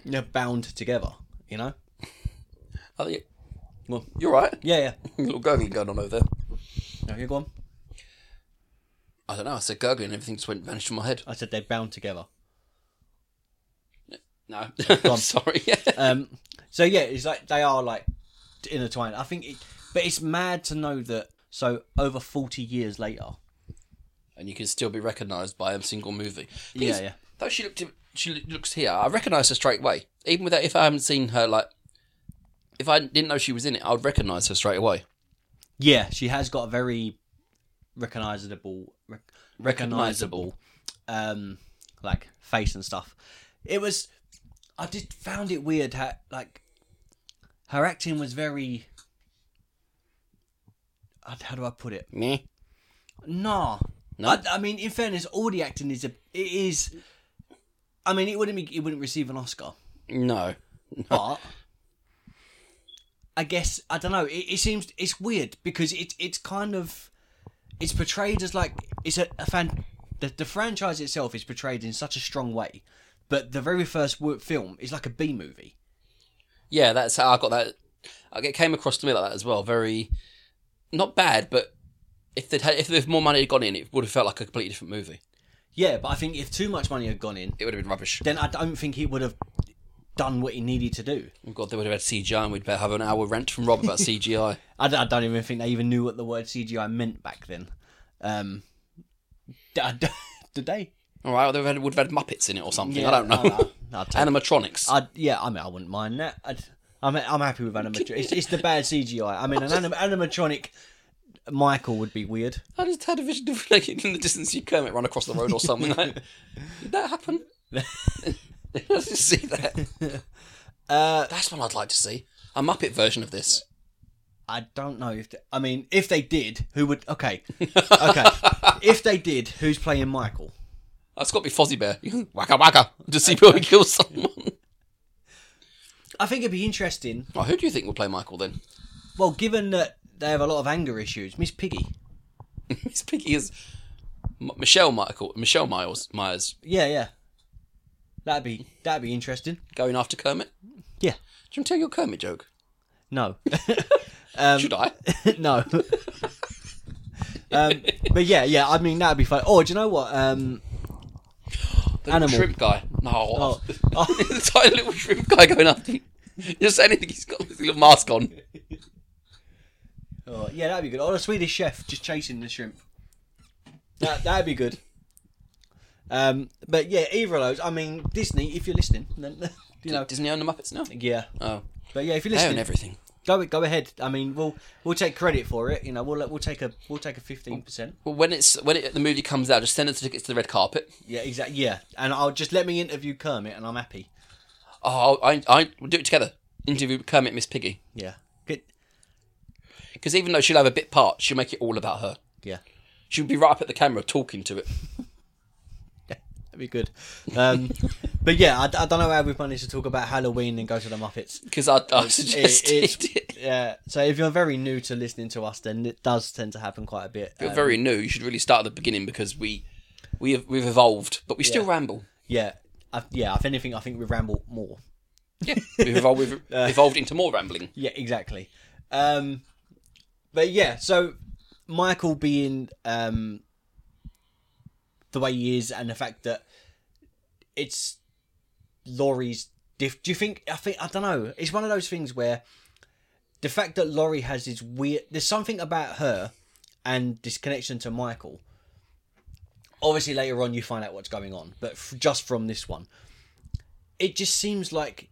you know, bound together. You know.
I think
Well,
you're right.
yeah, yeah.
a little gurgling going on over there.
No, you're gone.
I don't know. I said gurgling, everything just went vanished from my head.
I said they're bound together.
No, *laughs*
on.
sorry.
Um, so yeah, it's like they are like intertwined. I think, it, But it's mad to know that so over forty years later.
and you can still be recognised by a single movie. But
Yeah,
it's-
yeah.
Though she looked, she looks here. I recognise her straight away. Even without, if I haven't seen her, like, if I didn't know she was in it, I'd recognise her straight away.
Yeah, she has got a very recognizable, rec- recognizable, um, like face and stuff. It was, I just found it weird how like her acting was very. how- How do I put it?
Me?
Nah.
No?
I, I mean, in fairness, all the acting is a. It is. I mean, it wouldn't be. It wouldn't receive an Oscar,
No.
but. I guess I don't know. It, it seems it's weird because it it's kind of it's portrayed as like it's a, a fan. The, the franchise itself is portrayed in such a strong way, but the very first wo- film is like a B movie.
Yeah, that's how I got that. I get came across to me like that as well. Very, not bad, but if they'd had, if there's more money had gone in, it would have felt like a completely different movie.
Yeah, but I think if too much money had gone in,
It would have been rubbish.
then I don't think he would have done what he needed to do.
Oh God, they would have had CGI, and we'd better have an hour rent from Rob
*laughs*
about CGI.
I, d- I don't even think they even knew what the word CGI meant back then. Um, d- I d- *laughs* did they?
All right, they would have had, would have had Muppets in it or something. I don't know.
I, I'd take-
*laughs* Animatronics.
I'd- yeah, I mean, I wouldn't mind that. I'd, I'm, I'm happy with animatronic. it's, it's the bad CGI. I mean, an anim- animatronic Michael would be weird.
I just had a vision of like in the distance you Kermit run across the road or something. Like, did
*laughs*
that happen? *laughs* I just see that.
Uh,
That's one I'd like to see. A Muppet version of this.
I don't know if. th- I mean, if they did, who would? Okay,
*laughs*
okay. if they did, who's playing Michael?
That's got to be Fozzie Bear. waka waka. To see where he kills someone.
I think it'd be interesting.
*laughs* Well, who do you think will play Michael *laughs* then?
Well, given that they have a lot of anger issues, Miss Piggy.
Miss Piggy is M- Michelle Michael Michelle Miles Myers
Yeah, yeah. That'd be that'd be interesting.
going after Kermit.
Yeah.
Do you want to tell your Kermit joke?
No. *laughs*
Should *laughs* I?
no. um, but yeah, yeah. I mean, that'd be fun. Oh, do you know what? Um,
The
Animal.
shrimp guy. No.
oh, oh,
*laughs*
*laughs*
the tiny little shrimp guy going after you. Just anything he's got his little mask on.
oh, yeah, that'd be good. Or a Swedish chef just chasing the shrimp. That that'd be good. Um, but yeah, either of those. I mean, Disney. If you're listening, then *laughs* you know.
Disney own the Muppets now?
Yeah,
Oh.
but yeah, if you're
They own
listening,
everything.
go go ahead. I mean, we'll we'll take credit for it. You know, we'll we'll take a we'll take a fifteen percent.
Well, when it's when it, the movie comes out, just send us the tickets to the red carpet.
Yeah, exactly. Yeah, and I'll just let me interview Kermit, and I'm happy.
Oh, I, I we'll do it together. Interview Kermit, Miss Piggy,
Yeah, good.
because even though she'll have a bit part, she'll make it all about her.
Yeah,
She'll be right up at the camera talking to it.
*laughs* that'd be good. Um, but yeah, I, I don't know how we've managed to talk about Halloween and go to the
*laughs*
Muppets.
Because I, I
It-
suggested
it's-
it.
yeah. So if you're very new to listening to us, then it does tend to happen quite a bit.
You're
*laughs* Um,
very new. You should really start at the beginning because we we have, we've evolved, but we still
Yeah.
ramble.
yeah, I, yeah. If anything, I think we ramble more.
Yeah, we've
*laughs*
evolved. We've
Uh.
evolved into more rambling.
Yeah, exactly. Um, but yeah, so Michael being um, the way he is, and the fact that it's Laurie's. Diff- do you think? I think I don't know. It's one of those things where the fact that Laurie has this weird. There's something about her and this connection to Michael. Obviously, later on you find out what's going on, but f- just from this one, it just seems like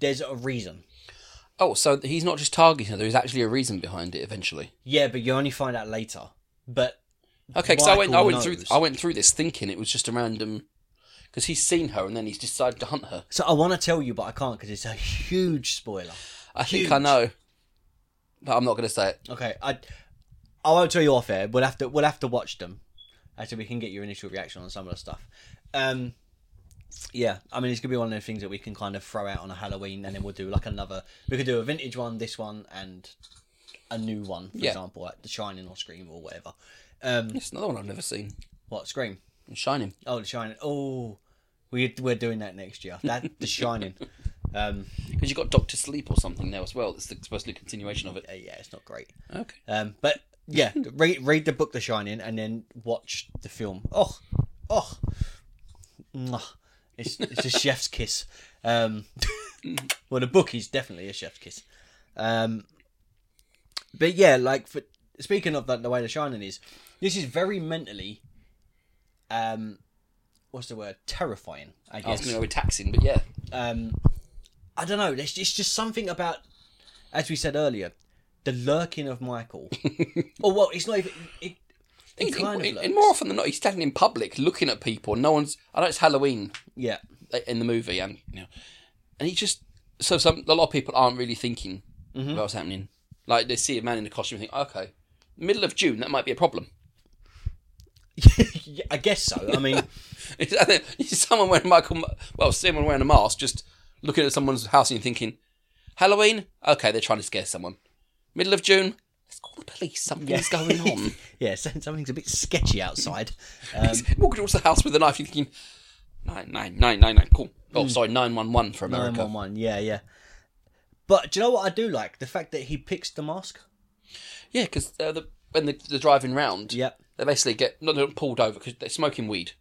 there's a reason.
Oh, so he's not just targeting her. There's actually a reason behind it. Eventually.
Yeah, but you only find out later. But
Okay, because I went, I
Michael
went through,
knows.
I went through this thinking it was just a random, because he's seen her and then he's decided to hunt her.
so I want to tell you, but I can't because it's a huge spoiler.
I think I
Huge.
know, but I'm not going to say it.
Okay, I I won't tell you off air. We'll have to we'll have to watch them, uh, so we can get your initial reaction on some of the stuff. Um, yeah, I mean it's gonna be one of those things that we can kind of throw out on a Halloween, and then we'll do like another. We could do a vintage one, this one, and a new one, for
Yeah.
example, like The Shining or Scream or whatever. Um,
It's another one I've never seen.
what Scream?
Shining.
Oh, The Shining. Oh, we we're doing that next year. That The Shining. Um,
Because you've got Doctor Sleep or something now as well. That's the, supposed to be a continuation of it.
uh, yeah, it's not great.
Okay.
Um, but yeah, *laughs* read read the book The Shining and then watch the film. Oh, oh, Mwah. it's it's a chef's kiss. *laughs* Um, well, the book is definitely a chef's kiss. Um, But yeah, like for, speaking of that, the way The Shining is, this is very mentally, um, what's the word? Terrifying. I
I
guess.
was going to go with taxing, but yeah,
um, I don't know. There's it's just something about, as we said earlier, the lurking of
*laughs*
Michael. or well, it's not even. It, it
In- in-
kind of
in-
lurks.
in- more often than not, he's standing in public looking at people. No one's. I know it's Halloween
yeah, *laughs*
uh, in the movie, and you know, and he just so some a lot of people aren't really thinking
Mm-hmm.
about what's happening. Like they see a man in a costume, and think, okay, middle of June, that might be a problem. *laughs*
Yeah, I guess so. I
*laughs*
mean,
someone wearing Michael, well, someone wearing a mask, just looking at someone's house and thinking, Halloween, okay, they're trying to scare someone. Middle of June, let's call the police. Something's going
*laughs*
on.
yeah, so- something's a bit sketchy outside. Um,
*laughs* Walking towards the house with a knife, you're thinking, nine, nine, nine, nine, nine. Cool. Oh, sorry, nine one one for America.
Mm. Nine one one. Yeah, yeah. But do you know what I do like? The fact that he picks the mask.
Yeah, because uh, the, when the, the driving round,
Yep.
they basically get not they're not pulled over because they're smoking weed.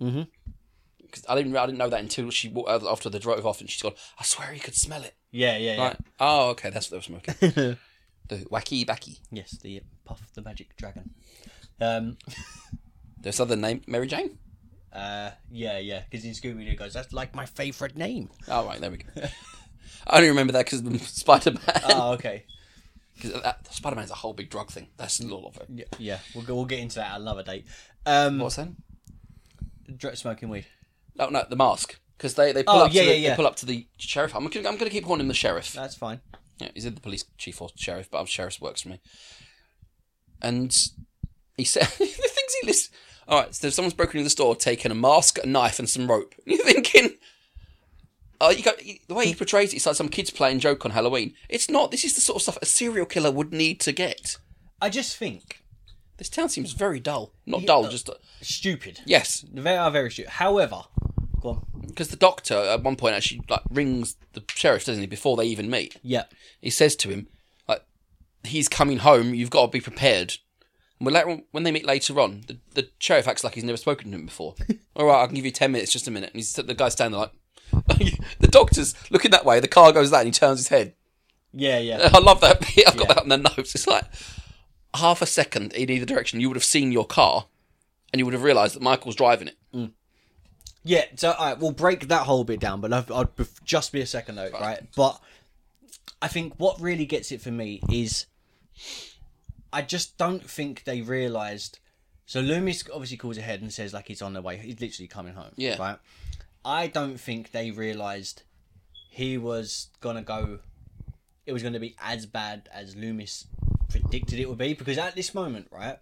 Mhm.
Because I didn't I didn't know that until she walked out after they drove off and she's gone. I swear you could smell it.
Yeah, yeah, yeah.
Like, oh, okay, that's what they were smoking.
*laughs*
the wacky backy.
Yes, the uh, puff, the magic dragon. Um,
There's other name, Mary Jane.
uh, yeah, yeah. Because in Scooby Doo goes, that's like my favorite
*laughs*
name.
Oh right, there we go. I only remember that because *laughs* Spider *laughs* Man.
oh, okay.
Because Spider Man's a whole big drug thing. That's a lot of it.
Yeah, yeah. We'll go, we'll get into that at another date. Um,
What's that?
dr- smoking weed.
No, Oh, no, the mask. Because they, they pull
Oh,
up
yeah,
to the,
yeah, yeah.
they pull up to the sheriff. I'm gonna, I'm gonna keep calling him the sheriff.
That's fine.
Yeah, he's either the police chief or sheriff, but I'm sheriff works for me. And he said *laughs* the things he lists. All right, so someone's broken into the store, taken a mask, a knife, and some rope. *laughs* And you're thinking, oh, you got the way he portrays it, it's like some kids playing joke on Halloween. It's not. This is the sort of stuff a serial killer would need to get.
I just think
This town seems very dull. Not dull, just
stupid.
yes.
They are very stupid. However, go on.
Because the doctor at one point actually like rings the sheriff, doesn't he, before they even meet.
Yeah.
he says to him, like, he's coming home, you've got to be prepared. Well, later on, when they meet later on, the, the sheriff acts like he's never spoken to
*laughs*
him before. All right, I can give you 10 minutes, just a minute. And he's, the guy's standing there like, *laughs* the doctor's looking that way, the car goes that, and he turns his head. *laughs*
Yeah, yeah.
I love that bit. I've got
Yeah.
that on the notes. It's like half a second in either direction, you would have seen your car and you would have realised that Michael's driving it.
Yeah, so all right, we'll break that whole bit down, but I've, I'll bef- just be a second note, right? But I think what really gets it for me is I just don't think they realised. So Loomis obviously calls ahead and says like he's on the way. He's literally coming home.
Yeah.
Right. I don't think they realised he was gonna go. It was gonna be as bad as Loomis predicted it would be because at this moment, right,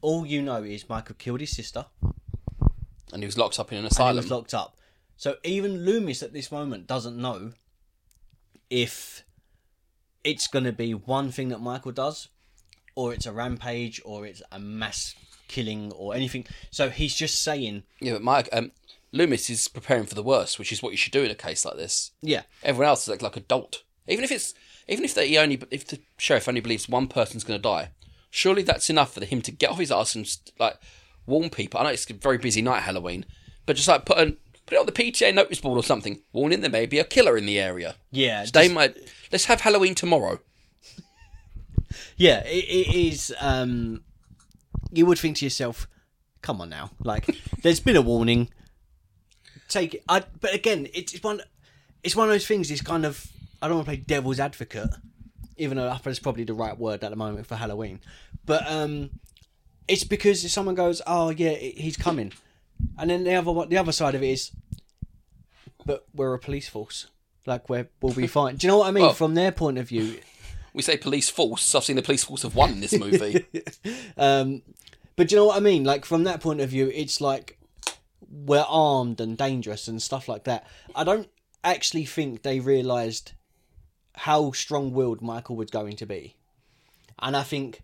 all you know is Michael killed his sister
And he was locked up in an
and he
asylum.
was locked up. So even Loomis at this moment doesn't know if it's going to be one thing that Michael does, or it's a rampage, or it's a mass killing, or anything. So he's just saying,
yeah, but Mike, um, Loomis is preparing for the worst, which is what you should do in a case like this.
yeah,
Everyone else is like, like a dolt. Even if it's even if they only if the sheriff only believes one person's going to die, surely that's enough for him to get off his ass and like warn people. I know it's a very busy night Halloween, but just like put an put it on the PTA notice board or something, warning there may be a killer in the area.
yeah,
They
just-
might let's have Halloween tomorrow.
yeah. It, it is. Um, you would think to yourself, "Come on now, like there's been a warning. Take it." I, but again, it's it's one. It's one of those things. It's kind of. I don't want to play devil's advocate, even though that's probably the right word at the moment for Halloween. But um, it's because if someone goes, "Oh yeah, he- he's coming," and then the other one- the other side of it is, but we're a police force. Like we're, we'll be fine. Do you know what I mean?
Well-
From their point of view,
We say police force. I've seen the police force of one in this movie.
Um, but do you know what I mean? Like from that point of view, it's like we're armed and dangerous and stuff like that. I don't actually think they realised how strong-willed Michael was going to be, and I think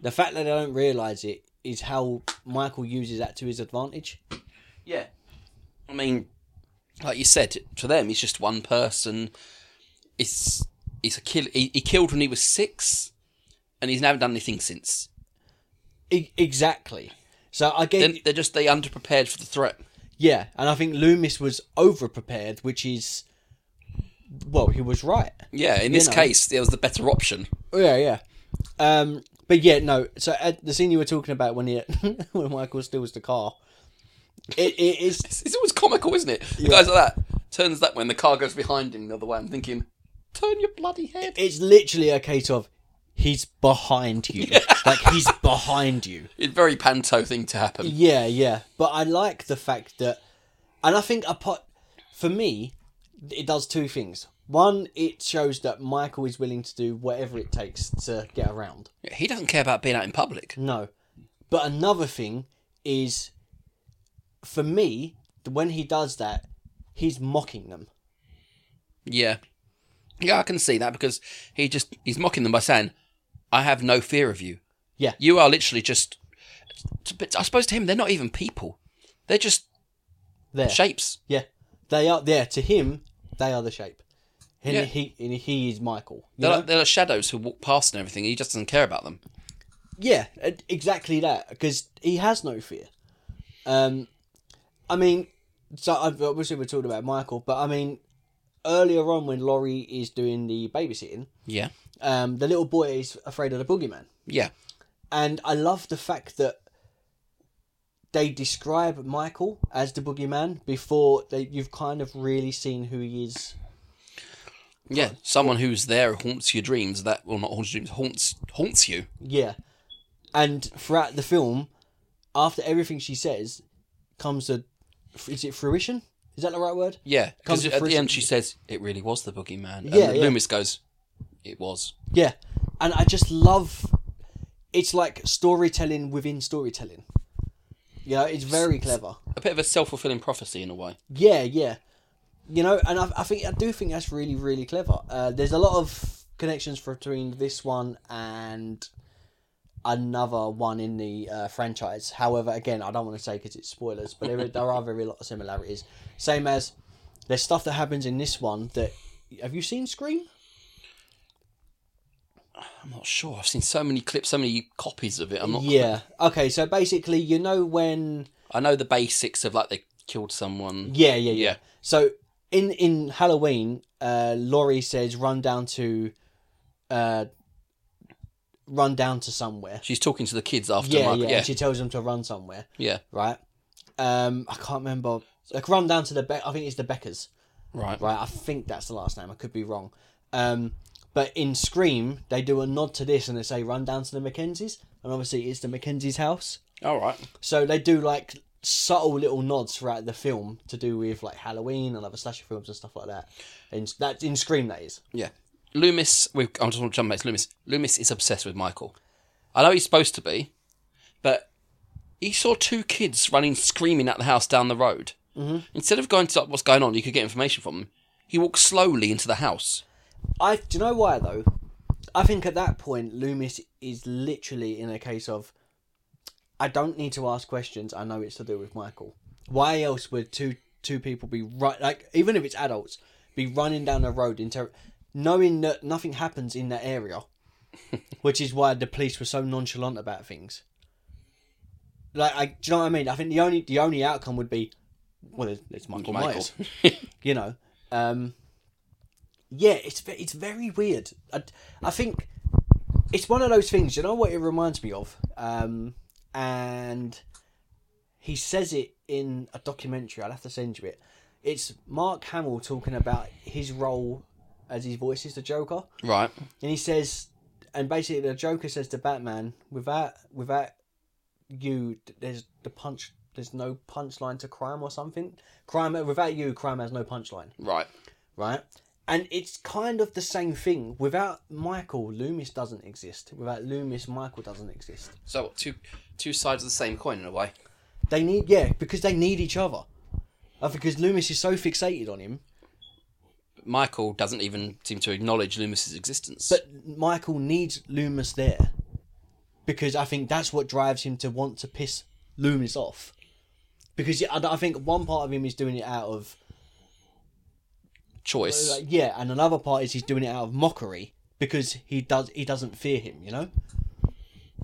the fact that they don't realise it is how Michael uses that to his advantage.
yeah, I mean, like you said, to them he's just one person. It's it's a kill. He, he killed when he was six, and he's never done anything since.
E- exactly. So I get
They're, they're just they underprepared for the threat.
yeah, and I think Loomis was overprepared, which is well, he was right.
Yeah, in this
know.
case, there was the better option.
Yeah, yeah. Um, but yeah, no. So uh, the scene you were talking about when he *laughs* when Michael steals the car, it, it is
It's always comical, isn't it? The guys like that turns that way, and the car goes behind him the other way. I'm thinking, turn your bloody head.
it's literally a case of he's behind you, *laughs* like he's behind you.
It's a very panto thing to happen.
Yeah, yeah. But I like the fact that, and I think apart for me, it does two things. One, it shows that Michael is willing to do whatever it takes to get around.
He doesn't care about being out in public.
No. But another thing is, for me, when he does that, he's mocking them.
Yeah, yeah, I can see that because he just he's mocking them by saying, "I have no fear of you."
Yeah.
you are literally just. But I suppose to him, they're not even people; they're just
There.
shapes.
Yeah. They are there. To him, they are the shape. And,
Yeah.
he, and he is Michael. you
They're,
know?
like, they're like shadows who walk past and everything. He just doesn't care about them.
Yeah, e- exactly that. Because he has no fear. Um, I mean, so I've- obviously we're talking about Michael, but I mean, earlier on when Laurie is doing the babysitting,
Yeah,
um, the little boy is afraid of the boogeyman,
yeah,
and I love the fact that they describe Michael as the boogeyman before they, you've kind of really seen who he is.
yeah. Someone who's there haunts your dreams. That well, not haunts your dreams, haunts haunts you.
Yeah, and throughout the film, after everything she says, comes a is it fruition? Is that the right word?
Yeah,
Comes
because
to
at the
fruition.
end she says it really was the boogeyman.
Yeah,
and
yeah.
Loomis goes, "It was."
Yeah, and I just love. It's like storytelling within storytelling. You know, it's very clever.
A bit of a self fulfilling prophecy in a way.
Yeah, yeah. You know, and I, I think I do think that's really really clever. Uh, there's a lot of connections for- between this one and another one in the uh, franchise. However, again, I don't want to say because it's spoilers, but there, there are very lot of similarities. Same as there's stuff that happens in this one that have you seen Scream?
I'm not sure. I've seen so many clips, so many copies of it. I'm not.
Yeah. Okay, so basically, you know when
I know the basics of like they killed someone.
Yeah, yeah, yeah.
Yeah.
So in in Halloween, uh, Laurie says, "Run down to, uh, run down to somewhere."
She's talking to the kids after.
yeah,
Michael.
yeah.
yeah,
And she tells them to run somewhere,
yeah.
right? Um, I can't remember. Like run down to the Be- I think it's the Beckers,
Right.
right? I think that's the last name. I could be wrong. Um, but in Scream, they do a nod to this and they say, "Run down to the Mackenzies," and obviously it's the Mackenzies' house.
All right.
So they do like subtle little nods throughout the film to do with like Halloween and other slasher films and stuff like that. And that's in Scream that is.
Yeah. Loomis. We've, I'm just want to jump back to Loomis. Loomis is obsessed with Michael. I know he's supposed to be, but he saw two kids running screaming at the house down the road. Mm-hmm. Instead of going to like, what's going on, you could get information from him. He walked slowly into the house.
I do you know why though? I think at that point Loomis is literally in a case of I don't need to ask questions. I know it's to do with Michael. Why else would two two people be right like even if it's adults be running down the road into knowing that nothing happens in that area, which is why the police were so nonchalant about things. Like I, do you know what I mean? I think the only the only outcome would be well, it's, it's Michael,
*laughs*
Myers, you know. Um, yeah, it's ve- it's very weird. I, I think it's one of those things. You know what it reminds me of, um, and he says it in a documentary. I'll have to send you it. It's Mark Hamill talking about his role as he voices the Joker,
Right.
and he says, and basically the Joker says to Batman, "Without without you, th- there's the punch. There's no punchline to crime or something. Crime without you, crime has no punchline."
Right.
right? And it's kind of the same thing. Without Michael, Loomis doesn't exist. Without Loomis, Michael doesn't exist.
So what, two two sides of the same coin in a way.
They need, yeah, because they need each other. Uh, because Loomis is so fixated on him,
Michael doesn't even seem to acknowledge Loomis's existence.
but Michael needs Loomis there. Because I think that's what drives him to want to piss Loomis off. Because I I think one part of him is doing it out of
choice.
like, yeah, and another part is he's doing it out of mockery because he does he doesn't fear him, you know.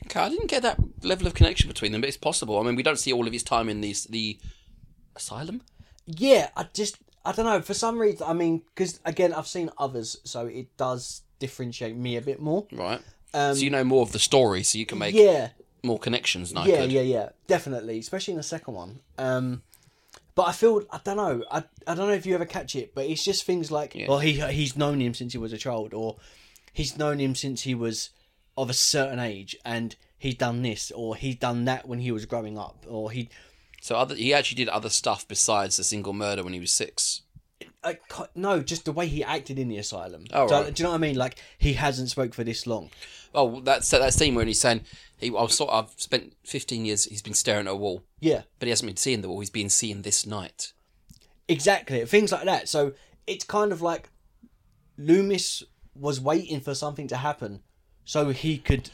okay, I didn't get that level of connection between them, but it's possible. I mean, we don't see all of his time in these the asylum.
yeah, I just I don't know for some reason. I mean, because again, I've seen others, so it does differentiate me a bit more.
Right.
Um,
so you know more of the story, so you can make
yeah,
more connections. Than I
yeah,
could.
yeah, yeah, definitely, especially in the second one. Um, but I feel I don't know. I, I don't know if you ever catch it, but it's just things like well, he he's known him since he was a child, or he's known him since he was of a certain age, and he's done this or he's done that when he was growing up, or he
So other, he actually did other stuff besides the single murder when he was six.
I ca- no, just the way he acted in the asylum.
Oh,
so,
right.
Do you know what I mean? Like he hasn't spoke for this long.
Oh, that's that scene when he's saying, he, "I sort I've spent fifteen years. He's been staring at a wall,
Yeah,
but he hasn't been seeing the wall. He's been seeing this night."
exactly. Things like that. So it's kind of like Loomis was waiting for something to happen so he could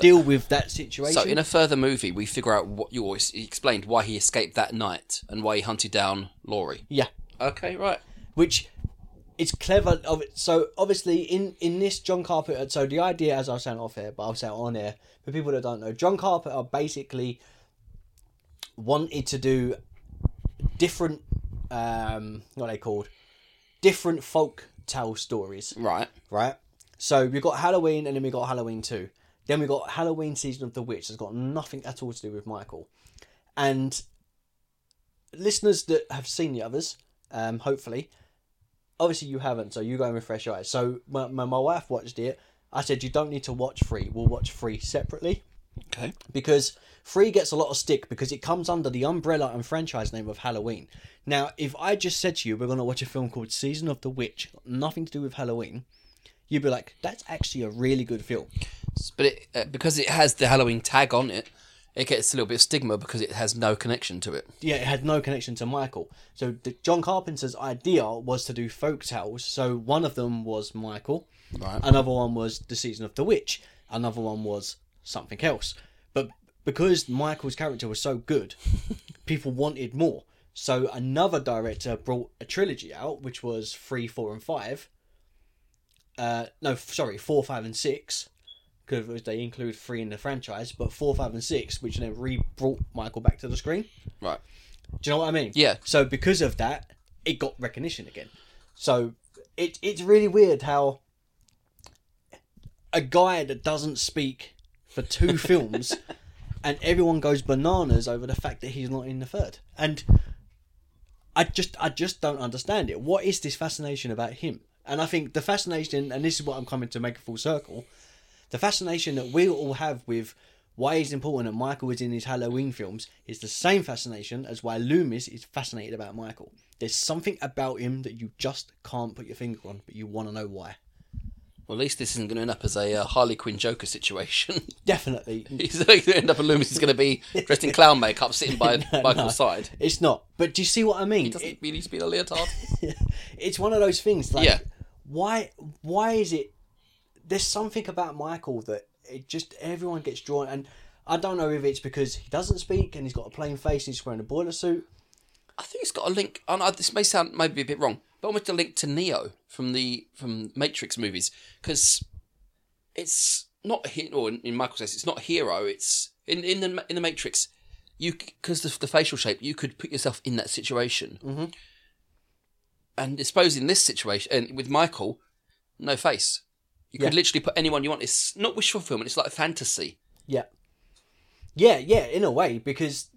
deal with that situation.
So in a further movie, we figure out what you always he explained why he escaped that night and why he hunted down Laurie.
yeah,
Okay, right.
which it's clever. Of it. So obviously in in this John Carpenter. So the idea, as I was saying off here, but I'll say it on air for people that don't know, John Carpenter basically wanted to do different, um, what are they called, different folk tale stories.
Right.
right? So we've got Halloween and then we got Halloween 2. Then we got Halloween Season of the Witch that's got nothing at all to do with Michael. And listeners that have seen the others, um, hopefully, obviously you haven't, so you go in with fresh eyes. So my, my, my wife watched it. I said, You don't need to watch three. We'll watch three separately
Okay.
because three gets a lot of stick because it comes under the umbrella and franchise name of Halloween. Now, if I just said to you we're going to watch a film called Season of the Witch, nothing to do with Halloween, you'd be like, that's actually a really good film.
But it, uh, because it has the Halloween tag on it, it gets a little bit of stigma because it has no connection to it.
Yeah, it had no connection to Michael. So the, John Carpenter's idea was to do folk tales. So one of them was Michael,
Right.
another one was The Season of the Witch, another one was something else. But because Michael's character was so good, people wanted more. So another director brought a trilogy out, which was three, four, and five. Uh, no, f- sorry, four, five, and six, because they include three in the franchise. But four, five, and six, which then re brought Michael back to the screen.
Right.
Do you know what I mean?
Yeah.
So because of that, it got recognition again. So it it's really weird how a guy that doesn't speak for two films and everyone goes bananas over the fact that he's not in the third. And I just I just don't understand it. What is this fascination about him? And I think the fascination and this is what I'm coming to make a full circle, the fascination that we all have with why it's important that Michael is in his Halloween films is the same fascination as why Loomis is fascinated about Michael. There's something about him that you just can't put your finger on, but you want to know why.
Well, at least this isn't going to end up as a uh, Harley Quinn Joker situation. *laughs*
Definitely
he's going to end up at Loomis. He's going to be dressed in clown makeup, sitting by Michael's side.
It's not. But do you see what I mean?
Doesn't he need to be in a leotard?
It- it's one of those things like
Yeah.
why why is it there's something about Michael that it just everyone gets drawn and I don't know if it's because he doesn't speak and he's got a plain face and he's wearing a boiler suit.
I think it's got a link. And I, this may sound maybe a bit wrong, but almost a link to Neo from the from Matrix movies because it's not he- or in, in Michael's case, it's not hero. It's in in the in the Matrix, you because the, the facial shape, you could put yourself in that situation. Mm-hmm. And I suppose in this situation, and with Michael, no face. You could
Yeah.
literally put anyone you want. It's not wish fulfillment. It's like fantasy.
Yeah. Yeah, yeah, in a way, because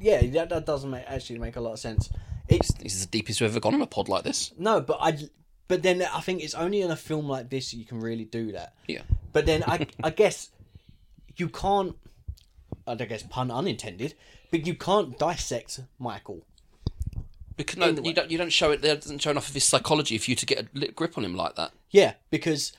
yeah, that, that doesn't make, actually make a lot of sense. It's
This is the deepest we've ever gone on a pod like this.
no, but I but then I think it's only in a film like this that you can really do that.
Yeah.
But then I, I guess you can't. I don't guess pun unintended, but you can't dissect Michael.
Because no, you don't. You don't show it. There doesn't show enough of his psychology for you to get a li- grip on him like that.
Yeah, because,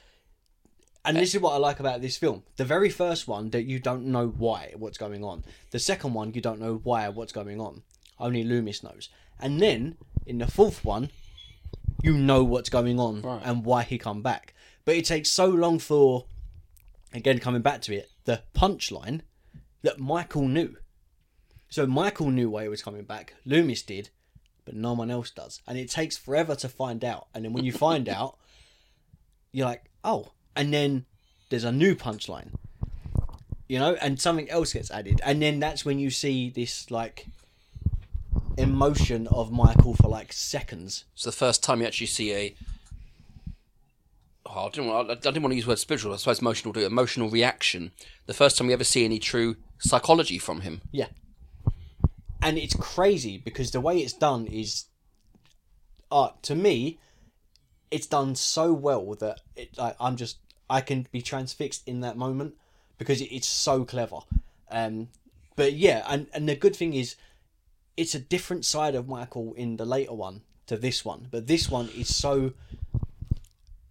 and this is what I like about this film. The very first one that you don't know why what's going on. The second one you don't know why what's going on. Only Loomis knows. And then in the fourth one, you know what's going on and why he come back. But it takes so long for, again coming back to it, the punchline that Michael knew. So Michael knew why he was coming back. Loomis did, but no one else does. And it takes forever to find out. And then when you find out, you're like, oh, and then there's a new punchline, you know, and something else gets added, and then that's when you see this like emotion of Michael for like seconds.
It's the first time you actually see a oh, I didn't want I, I didn't want to use the word spiritual. I suppose emotional do emotional reaction. The first time we ever see any true psychology from him.
Yeah. And it's crazy because the way it's done is, uh, to me, it's done so well that it, like, I'm just I can be transfixed in that moment because it, it's so clever. Um, but yeah, and and the good thing is, it's a different side of Michael in the later one to this one. But this one is so.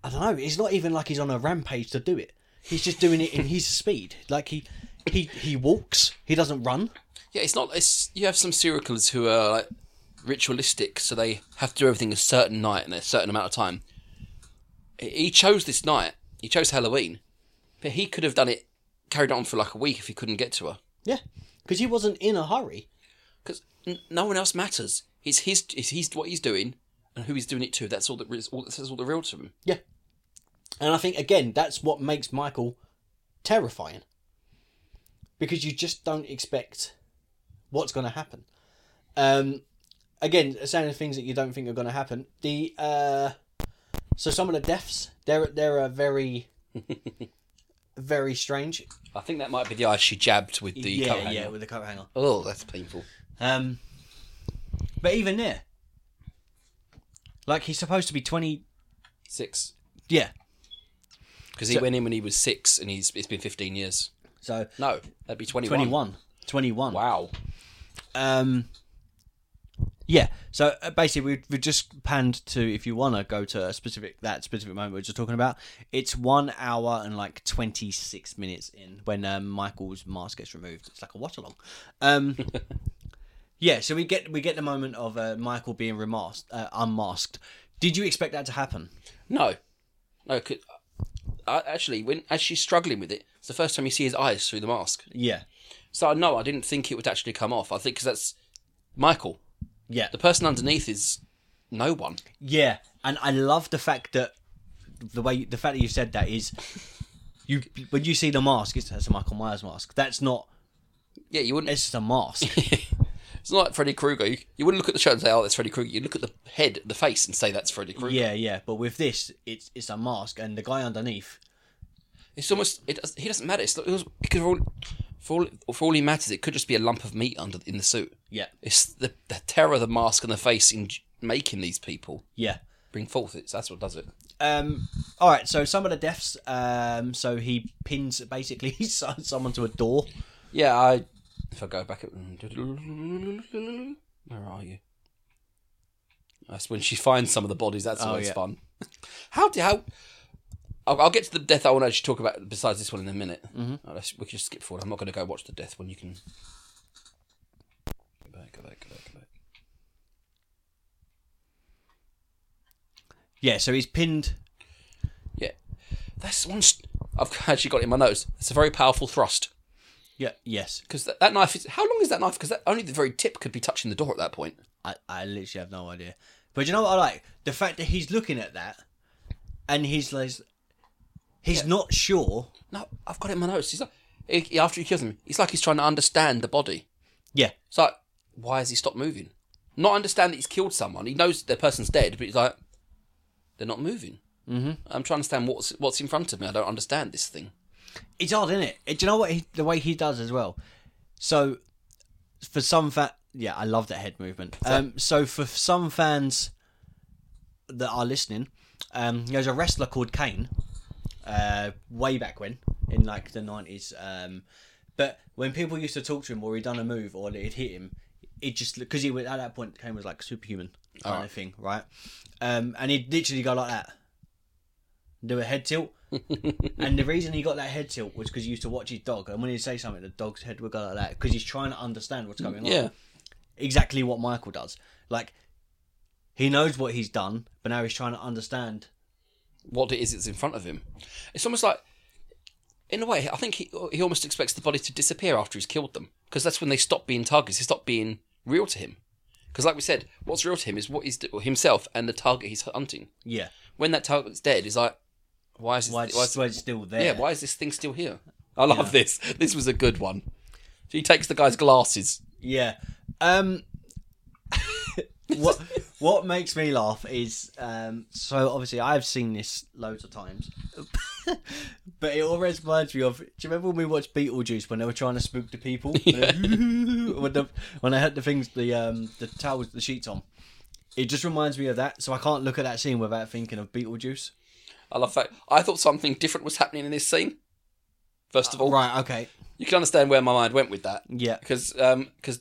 I don't know. It's not even like he's on a rampage to do it. He's just doing it in his speed. Like he, he, he walks. He doesn't run.
Yeah, it's not. It's you have some serial killers who are like ritualistic, so they have to do everything a certain night and a certain amount of time. He- He chose this night. He chose Halloween, but he could have done it, carried on for like a week if he couldn't get to her,
Yeah, because he wasn't in a hurry.
because n- no one else matters. It's his. It's he's what he's doing and who he's doing it to. That's all that. re- All, that's all the real to him.
Yeah, and I think again that's what makes Michael terrifying because you just don't expect what's going to happen. Um, again, some of the things that you don't think are going to happen. The uh, so some of the deaths they're they're a *laughs* very very strange.
I think that might be the eye she jabbed with the
yeah,
coat hanger.
yeah, with the coat hanger.
Oh, that's painful.
Um, but even there, like he's supposed to be twenty.
Six.
Yeah,
Because he went in when he was six, and he's it's been fifteen years.
so
No, that'd be twenty-one.
21 21
Wow.
um yeah so uh, basically we we just panned to if you want to go to a specific that specific moment we are just talking about it's one hour and like 26 minutes in when um, michael's mask gets removed it's like a watch along
*laughs*
um yeah so we get we get the moment of uh, michael being remasked uh, unmasked did you expect that to happen
No, no. 'cause- I, actually, when as she's struggling with it, it's the first time you see his eyes through the mask.
yeah
So no, I didn't think it would actually come off. I think because that's Michael.
yeah
The person underneath is no one.
Yeah, and I love the fact that the way the fact that you said that is you when you see the mask, it's that's a Michael Myers mask. That's not.
Yeah, you wouldn't.
It's just a mask.
It's not like Freddy Krueger. You, you wouldn't look at the shirt and say, "Oh, that's Freddy Krueger." You look at the head, the face, and say, "That's Freddy Krueger."
yeah, yeah. But with this, it's it's a mask, and the guy underneath.
It's almost it. does- He doesn't matter. It's not- it, was, it could for all, for all for all he matters, it could just be a lump of meat under in the suit.
Yeah,
It's the, the terror, the mask, and the face in making these people
yeah.
bring forth. It's that's what does it.
Um. All right. So some of the deaths. Um. So he pins basically *laughs* so- someone to a door.
Yeah, I. If I go back, it- *laughs* where are you? That's when she finds some of the bodies. That's always
yeah.
fun. How do how? I'll, I'll get to the death I want to actually talk about besides this one in a minute. Mm-hmm. we can just skip forward. I'm not going to go watch the death one. You can. Go back, go back, go back, go back.
Yeah. So he's pinned.
Yeah, that's one. St- I've *laughs* actually got it in my notes. It's a very powerful thrust
Yeah. Yes.
because that, that knife is. How long is that knife? Because only the very tip could be touching the door at that point.
I, I literally have no idea. But you know what I like? The fact that he's looking at that and he's like, he's not sure.
No, I've got it in my notes. He's like, he- he- after he kills him, it's like he's trying to understand the body.
Yeah.
It's like, why has he stopped moving? Not understand that he's killed someone. He knows the person's dead, but he's like, they're not moving. Mm-hmm. I'm trying to understand what's what's in front of me. I don't understand this thing.
It's odd, isn't it? Do you know what he, the way he does as well? So, for some fan, yeah, I love that head movement. Um, so for some fans that are listening, um, there's a wrestler called Kane, uh, way back when in like the nineties. Um, but when people used to talk to him or he'd done a move or it'd hit him, it just because he was at that point Kane was like superhuman kind of thing, right? Um, and he'd literally go like that, do a head tilt. and the reason he got that head tilt was because he used to watch his dog, and when he'd say something, the dog's head would go like that because he's trying to understand what's going on
Yeah,
exactly what Michael does. Like he knows what he's done, but now he's trying to understand.
what it is that's in front of him. It's almost like, in a way, I think he he almost expects the body to disappear after he's killed them because that's when they stop being targets. They stop being real to him. Because, like we said, what's real to him is what he's himself and the target he's hunting.
Yeah,
when that target's dead, is like, why is this,
why
why
it's,
is,
why it's still there?
yeah, why is this thing still here? I love this. *laughs* This was a good one. She takes the guy's glasses.
Yeah. Um, *laughs* what what makes me laugh is um, so obviously I've seen this loads of times, *laughs* but it always reminds me of. Do you remember when we watched Beetlejuice when they were trying to spook the people? When they- *laughs* when, the, when they had the things, the um, the towels, the sheets on. It just reminds me of that, so I can't look at that scene without thinking of Beetlejuice.
I love that. I thought something different was happening in this scene. First of all,
Right? Okay.
you can understand where my mind went with that
Oh. Yeah.
because because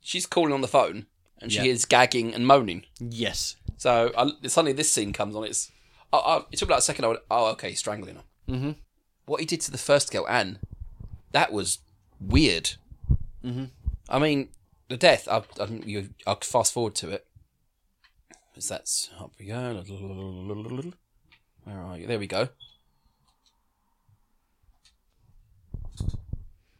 she's calling on the phone and she
Yeah.
is gagging and moaning.
Yes.
So I, suddenly this scene comes on. It's I, I, it took about a second. I went, oh okay, he's strangling her. Mm-hmm. What he did to the first girl, Anne, that was weird. Mm-hmm. I mean, the death. I, I, you, I'll fast forward to it. Is that's up we go. Where are you? There we go.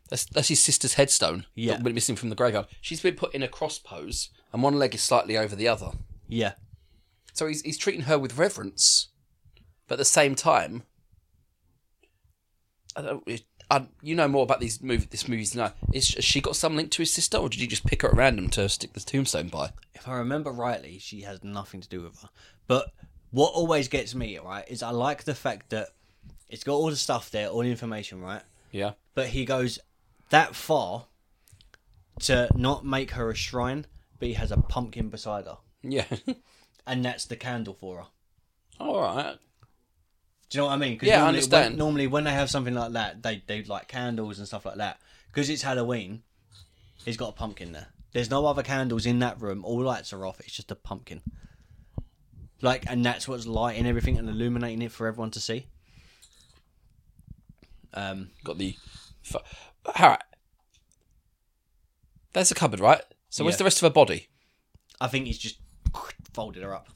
That's, that's his sister's headstone.
Yeah.
that went missing from the graveyard. She's been put in a cross pose, and one leg is slightly over the other.
Yeah.
So he's he's treating her with reverence, but at the same time, I don't. It, I, you know more about these movie this movie's than I. Is has she got some link to his sister, or did you just pick her at random to stick the tombstone by?
if I remember rightly, she has nothing to do with her. But what always gets me, right, is I like the fact that it's got all the stuff there, all the information, right?
Yeah.
But he goes that far to not make her a shrine, but he has a pumpkin beside her.
Yeah.
And that's the candle for her.
All right.
Do you know what I mean? 'Cause
Yeah, I
normally,
understand.
When, normally, when they have something like that, they they like candles and stuff like that. Because it's Halloween, he's got a pumpkin there. There's no other candles in that room. All lights are off. It's just a pumpkin. Like, and that's what's lighting everything and illuminating it for everyone to see. Um,
Got the. fu- All right. There's a cupboard, right? So where's
Yeah.
the rest of her body?
I think he's just *sniffs* folded her up.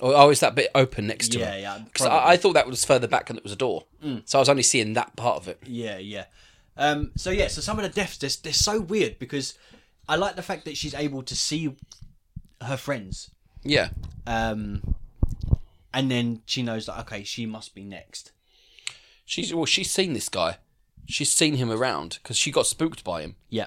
Or oh, is that bit open next to
Yeah,
her?
yeah,
Because I, I thought that was further back and it was a door. So I was only seeing that part of it.
Yeah, yeah. Um, so yeah, so some of the deaths they're, they're so weird because I like the fact that she's able to see her friends
Yeah.
um, and then she knows that okay, she must be next.
She's well, she's seen this guy. She's seen him around because she got spooked by him.
Yeah,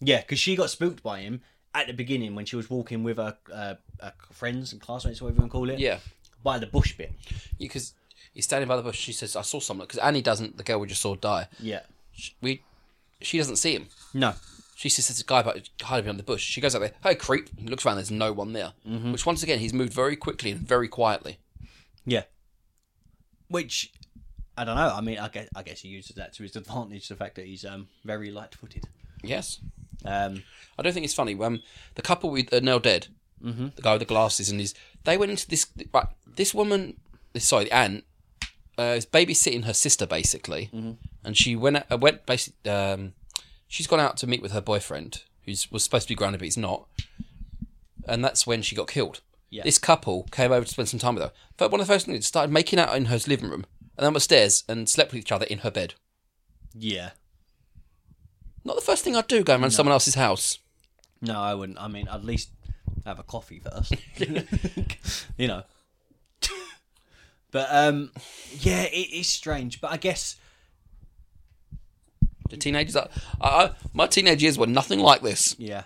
yeah, because she got spooked by him at the beginning when she was walking with her, uh, her friends and classmates, whatever you want to call it.
Yeah,
by the bush bit.
because he's standing by the bush. She says, "I saw someone." Because Annie doesn't. The girl we just saw die.
Yeah,
She, we, she doesn't see him.
no,
She sees this guy about hiding behind the bush. She goes out there. Hey, creep! And looks around. There's no one there. Which once again, he's moved very quickly and very quietly.
yeah. Which I don't know. I mean, I guess I guess he uses that to his advantage. The fact that he's um very light-footed.
Yes,
Um,
I don't think it's funny. Um, the couple we are now dead. Mm-hmm. The guy with the glasses and his. They went into this. Right, this woman. This sorry, Anne. Uh, is babysitting her sister basically, and she went uh, went basically. Um, she's gone out to meet with her boyfriend, who's was supposed to be grounded, but he's not. And that's when she got killed.
Yeah.
This couple came over to spend some time with her. But one of the first things they did, started making out in her living room, and then upstairs and slept with each other in her bed.
yeah.
Not the first thing I'd do going around someone else's house.
No, I wouldn't. I mean, at least have a coffee
*laughs*
first. *laughs* you know. but um yeah, it is strange. But I guess
The teenagers are. I, I, my teenage years were nothing like this.
yeah.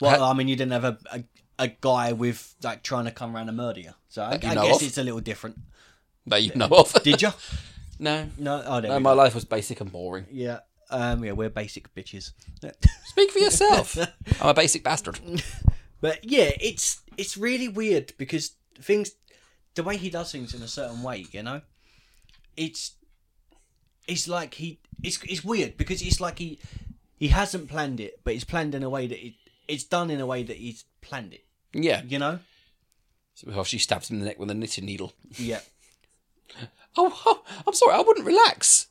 Well, I mean, you didn't have a, a a guy with like trying to come around and murder you, so I, I
you know
guess
of.
it's a little different.
That you know of.
Did you?
*laughs* no.
*laughs* No. Oh, there
No,
we
my
go.
life was basic and boring.
Yeah. Um, yeah, we're basic
*laughs*
bitches.
Speak for *laughs* yourself. I'm a basic bastard.
But yeah, it's it's really weird because things, the way he does things in a certain way, you know, it's it's like he it's it's weird because it's like he he hasn't planned it, but it's planned in a way that it it's done in a way that he's planned it,
Yeah.
you know.
Well, she stabs him in the neck with a knitting needle.
Yeah,
Oh, oh, I'm sorry. I wouldn't relax.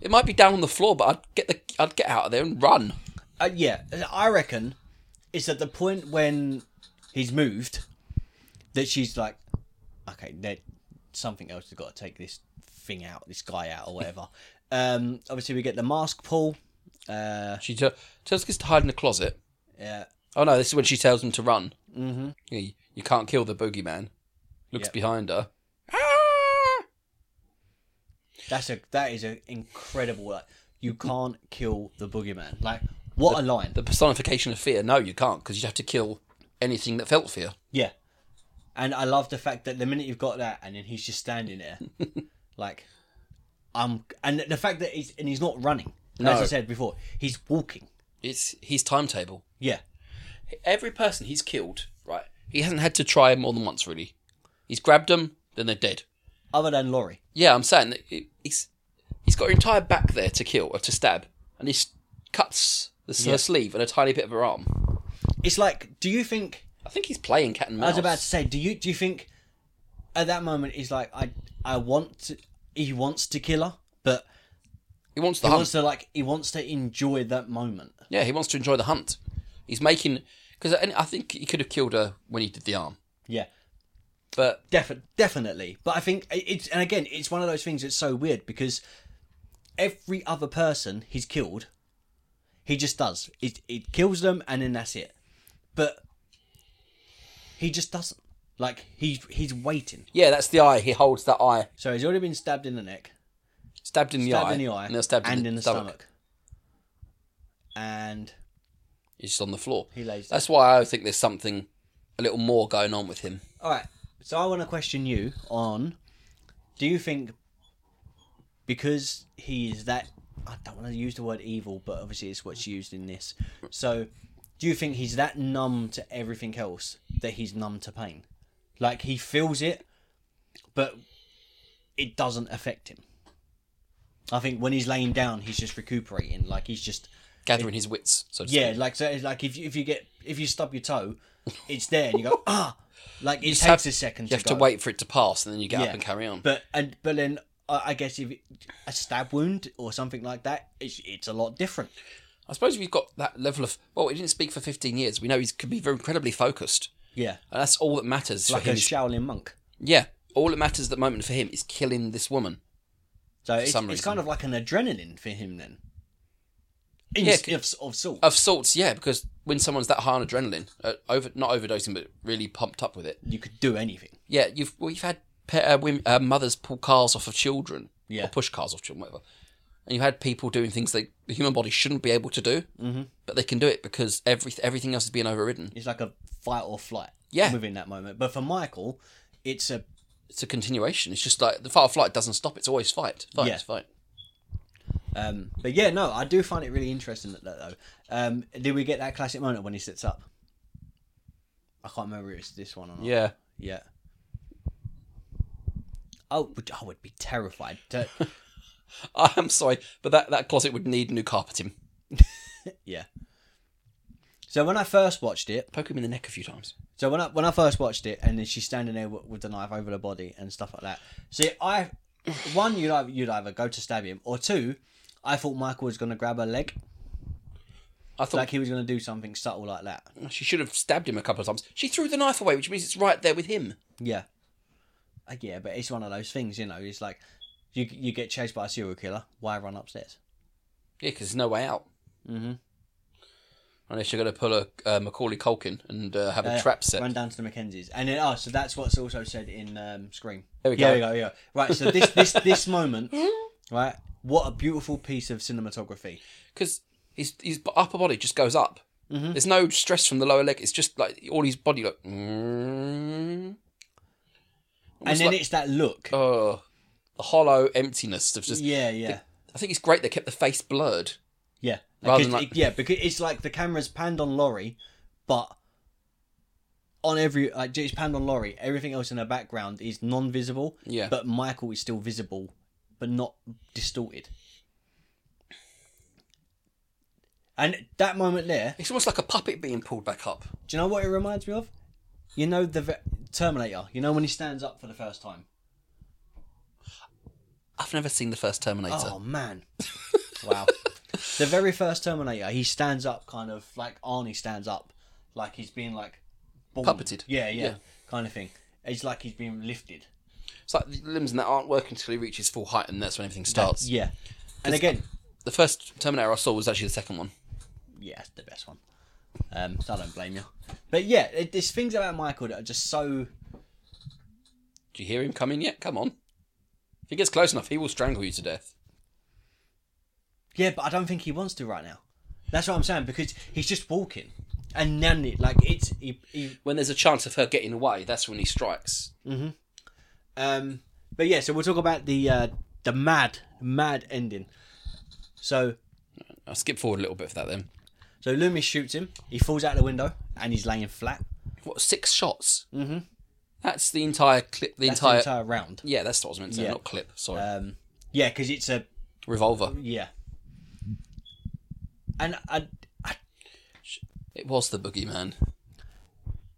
It might be down on the floor, but I'd get the I'd get out of there and run.
uh, yeah. I reckon it's at the point when he's moved that she's like, okay, there something else has got to take this thing out, this guy out, or
*laughs*
whatever. um, obviously, we get the mask pull. Uh,
She t- tells kids to hide in the closet.
Yeah,
Oh no, this is when she tells them to run. Mm-hmm. You, you can't kill the boogeyman. Looks
Yep.
behind her.
that's a that is an incredible. Like, you can't kill the boogeyman. Like What a line.
The personification of fear. No, you can't because you'd have to kill anything that felt fear.
Yeah. And I love the fact that the minute you've got that, and then he's just standing
*laughs*
there, like, um, and the fact that he's and he's not running. As I
No.
said before, he's walking.
It's his timetable.
Yeah,
Every person he's killed, right? He hasn't had to try more than once, really. He's grabbed them, then they're dead.
other than Laurie.
Yeah, I'm saying that it- he's he's got her entire back there to kill or to stab, and he s- cuts the, s her sleeve and a tiny bit of her arm.
It's like, do you think?
I think he's playing cat and mouse.
I was about to say, do you do you think at that moment he's like, I I want to, he wants to kill her, but
he wants the
he
hunt.
wants to like he wants to enjoy that moment.
Yeah, he wants to enjoy the hunt. He's making because I think he could have killed her when he did the arm,
Yeah,
but
Defi- definitely. But I think it- it's and again, it's one of those things that's so weird because every other person he's killed, he just does. It it kills them and then that's it. But he just doesn't. Like he's he's waiting.
yeah, that's the eye. He holds that eye,
So he's already been stabbed in the neck,
stabbed in the
stabbed
eye,
in the eye,
and then stabbed
and in the stomach.
stomach.
And
He's just on the floor.
He lays
That's why I think there's something a little more going on with him.
all right. So I want to question you on: Do you think because he is that? I don't want to use the word evil, but obviously it's what's used in this. So, do you think he's that numb to everything else that he's numb to pain? Like he feels it, but it doesn't affect him. I think when he's laying down, he's just recuperating. Like he's just
Gathering his wits, so to
Yeah,
speak.
like so, it's like if you, if you get if you stub your toe, it's there and you go ah, like it takes
just have-
a second.
You have to
go.
wait for it to pass, and then you get
Yeah.
up and carry on.
but and but then I, I guess if it- a stab wound or something like that, it's it's a lot different.
I suppose if you've got that level of well, he didn't speak for 15 years. We know he could be very incredibly focused,
Yeah,
and that's all that matters
like
for
a
him. is-
Shaolin monk.
yeah, all that matters at the moment for him is killing this woman.
So it's,
some
it's kind
reason.
of like an adrenaline for him then. In,
Yeah, Oh.
of, of sort.
of sorts, yeah, because when someone's that high on adrenaline, uh, over not overdosing, but really pumped up with it,
you could do anything.
yeah, you've well, you've had pe- uh, women, uh, mothers pull cars off of children,
Yeah.
or push cars off children, whatever, and you've had people doing things that the human body shouldn't be able to do, mm-hmm. but they can do it because every everything else is being overridden.
It's like a fight or flight.
Yeah.
Within that moment, but for Michael, it's a
It's a continuation. It's just like the fight or flight doesn't stop. It's always fight, fight,
Yeah.
fight.
Um, but yeah, no, I do find it really interesting that, that though. Um, did we get that classic moment when he sits up? I can't remember if it's this one or not.
Yeah, *laughs*
Yeah. I would, Oh, I would be terrified. To,
I am sorry, but that that closet would need new carpeting.
yeah. So when I first watched it,
Poke him in the neck a few times.
So when I when I first watched it, and then she's standing there with, with the knife over her body and stuff like that. See, I one you'd either, you'd either go to stab him, or two, I thought Michael was going to grab her leg,
I thought
like he was going to do something subtle like that.
she should have stabbed him a couple of times. She threw the knife away, which means it's right there with him.
Yeah, Uh, yeah, but it's one of those things, you know. It's like you you get chased by a serial killer. Why run upstairs?
Yeah, because there's no way out. Mm-hmm. Unless you're going to pull a uh, Macaulay Culkin and uh, have a
Yeah,
trap set.
Run down to the Mackenzies, and then oh, so that's what's also said in um, Scream.
There we
Yeah, There
go.
we go. Yeah. Right. So this
*laughs*
this this moment, right? What a beautiful piece of cinematography.
Because his, his b- upper body just goes up.
Mm-hmm.
There's no stress from the lower leg. It's just like all his body like. Mm,
And
Almost
then
like-
it's that look.
oh, the hollow emptiness of just.
Yeah, yeah,
I think it's great they kept the face blurred.
yeah.
Rather
Because
than
it-
like-
yeah, because it's like the camera's panned on Laurie, but on every like it's panned on Laurie. Everything else in the background is non-visible.
Yeah.
But Michael is still visible, but not distorted. And that moment there,
It's almost like a puppet being pulled back up.
do you know what it reminds me of? You know the ve- Terminator. You know when he stands up for the first time.
I've never seen the first Terminator.
Oh man. wow. The very first Terminator, he stands up kind of like Arnie stands up, like he's being like born.
Puppeted.
Yeah, yeah,
Yeah.
Kind of thing. It's like he's being lifted.
It's like the limbs and that aren't working until he reaches full height, and that's when everything starts.
Yeah. And again,
The first Terminator I saw was actually the second one.
yeah, that's the best one. Um, so I don't blame you. But yeah, it, there's things about Michael that are just so
Do you hear him coming yet? Come on. If he gets close enough, he will strangle you to death.
yeah, but I don't think he wants to right now. That's what I'm saying because he's just walking, and Nanny like it's he, he
When there's a chance of her getting away, that's when he strikes.
um. But yeah, so we'll talk about the uh, the mad mad ending. So
I'll skip forward a little bit for that then.
so Loomis shoots him. He falls out the window and he's laying flat.
What six shots? Mm-hmm. That's the entire clip. The
That's
entire.
the entire round.
Yeah, that's what I was meant to say.
Yeah.
Not clip. Sorry,
Um. Yeah, because it's a
revolver.
yeah. And I, I
It was the boogeyman.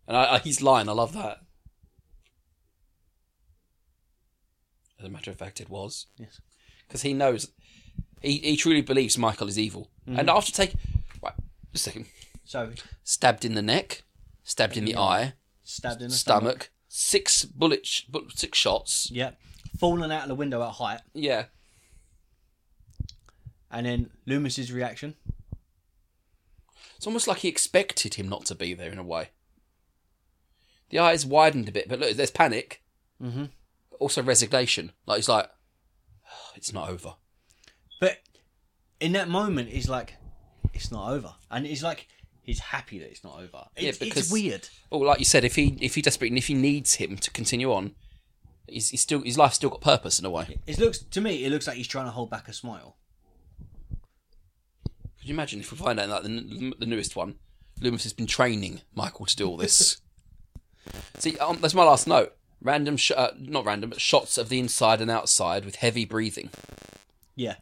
And I, I, he's lying. I love that. As a matter of fact, it was.
Yes.
Because he knows. He, he truly believes Michael is evil. And after take. Right, just a second.
so
Stabbed in the neck, stabbed in the eye,
stabbed in the stomach.
stomach, six bullet, sh- bu- six shots.
Yeah, falling out of the window at height,
Yeah.
and then Loomis's reaction.
It's almost like he expected him not to be there in a way. The eyes widened a bit, but look, there's panic. Mm-hmm. But also resignation. Like he's like, "Oh, it's not over.
But in that moment, he's like, "It's not over," and he's like, he's happy that it's not over. It's, it's
because-
weird.
Well, Oh, like you said, if he if he desperately if he needs him to continue on, he's, he's still his life's still got purpose in a way.
It looks to me, it looks like he's trying to hold back a smile.
Could you imagine if we find out like the, n- the newest one, Loomis has been training Michael to do all this. See, um, that's my last note. Random, sh- uh, not random, but shots of the inside and outside with heavy breathing.
Yeah,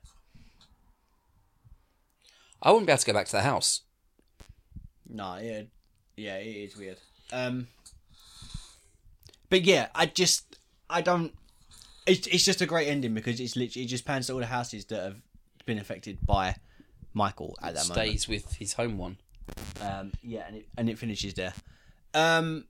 I wouldn't be able to go back to the house.
no, yeah, yeah, it is weird. Um, but yeah, I just, I don't. It's it's just a great ending because it's literally it just pans to all the houses that have been affected by Michael at that moment.
stays with his home one.
Um, yeah, and it and it finishes there. Um,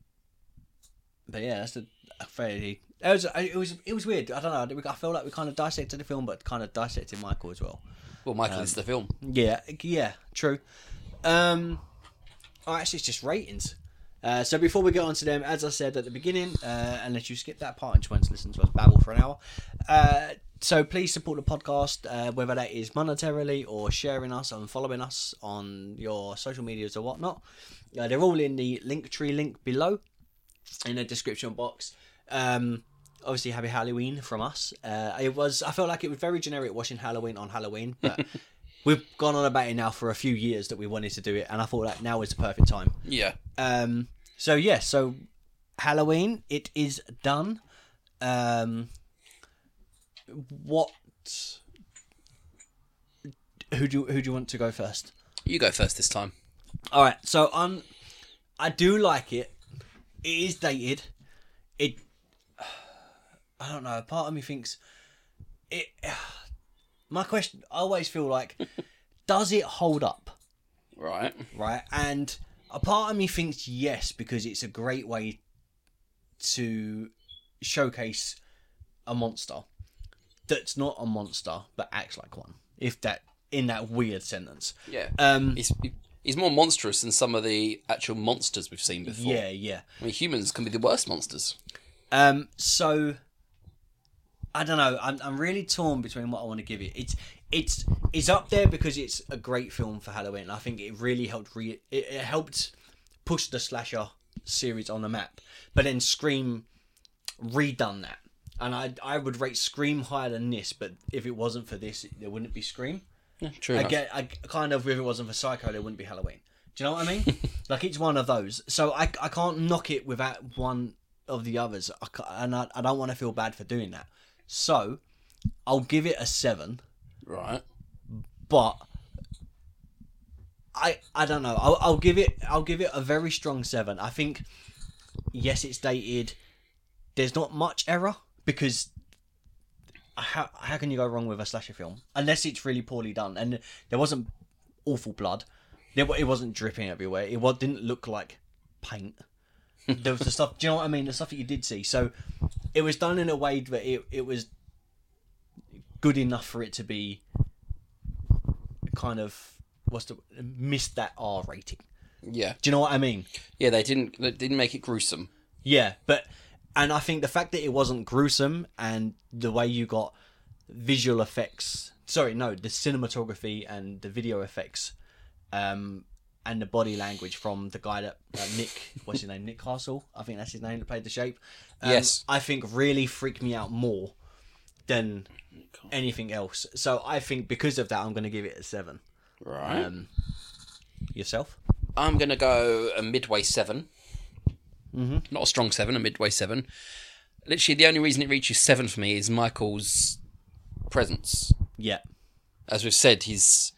but yeah, that's a, a fairly. It was it was it was weird. I don't know. I feel like we kind of dissected the film, but kind of dissected Michael as well.
Well, Michael is the film.
Yeah, yeah, true. Um, oh, actually, it's just ratings. Uh, so before we get on to them, as I said at the beginning, uh, unless you skip that part and just want to listen to us babble for an hour, uh, so please support the podcast, uh, whether that is monetarily or sharing us and following us on your social medias or whatnot. Uh, they're all in the link tree link below in the description box. Um, obviously, happy Halloween from us. Uh, it was I felt like it was very generic watching Halloween on Halloween, but we've gone on about it now for a few years that we wanted to do it, and I thought that now is the perfect time.
Yeah.
Um, so yeah, so Halloween it is done. Um, what? Who do who do you want to go first?
You go first this time.
All right, so um, I do like it. It is dated. It, I don't know. Part of me thinks it. *sighs* My question, I always feel like, *laughs* does it hold up?
Right.
Right, and a part of me thinks yes because it's a great way to showcase a monster that's not a monster but acts like one. If that in that weird sentence.
Yeah.
Um.
he's he's more monstrous than some of the actual monsters we've seen before.
Yeah. Yeah.
I mean, humans can be the worst monsters.
Um, so I don't know. I'm, I'm really torn between what I want to give it. It's it's it's up there because it's a great film for Halloween. I think it really helped re it, it helped push the slasher series on the map. But then Scream redone that, and I I would rate Scream higher than this. But if it wasn't for this, there wouldn't be Scream.
true.
I get, I kind of, if it wasn't for Psycho, there wouldn't be Halloween. Do you know what I mean? like it's one of those. So I, I can't knock it without one of the others, I ca- and I, I don't want to feel bad for doing that. So I'll give it a seven,
Right.
but I, I don't know. I'll, I'll give it, I'll give it a very strong seven. I think, yes, it's dated. There's not much error because how, how can you go wrong with a slasher film unless it's really poorly done and there wasn't awful blood there, wa- it wasn't dripping everywhere it was, didn't look like paint there was the stuff do you know what i mean the stuff that you did see so it was done in a way that it, it was good enough for it to be kind of what's the missed that r rating
Yeah.
do you know what i mean
Yeah. They didn't they didn't make it gruesome.
yeah, but and I think the fact that it wasn't gruesome and the way you got visual effects, sorry, no, the cinematography and the video effects um, and the body language from the guy that uh, Nick, what's his name, Nick Castle, I think that's his name that played the shape. Um,
Yes.
I think really freaked me out more than anything else. So I think because of that, I'm going to give it a seven.
Right.
Um, yourself?
I'm gonna go a midway 7 Mm-hmm. Not a strong seven, a midway seven. Literally, the only reason it reaches seven for me is Michael's presence.
Yeah.
As we've said, he's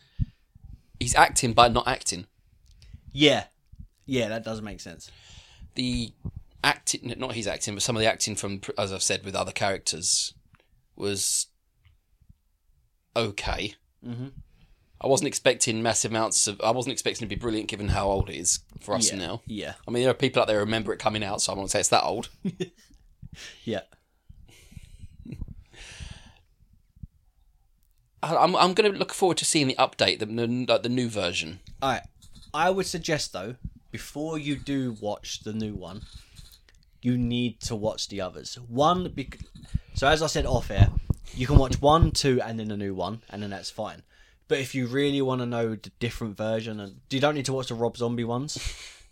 he's acting by not acting.
Yeah. Yeah, that does make sense.
The acting, not his acting, but some of the acting from, as I've said, with other characters was okay. Mm-hmm. I wasn't expecting massive amounts of. I wasn't expecting to be brilliant, given how old it is for us
Yeah.
now.
Yeah.
I mean, there are people out there who remember it coming out, so I won't say it's that old.
Yeah.
I- I'm I'm going to look forward to seeing the update, the the, like, the new version.
All right. I would suggest though, before you do watch the new one, you need to watch the others. One, bec- so as I said off air, you can watch one, two, and then the new one, and then that's fine. But if you really want to know the different version, and you don't need to watch the Rob Zombie ones,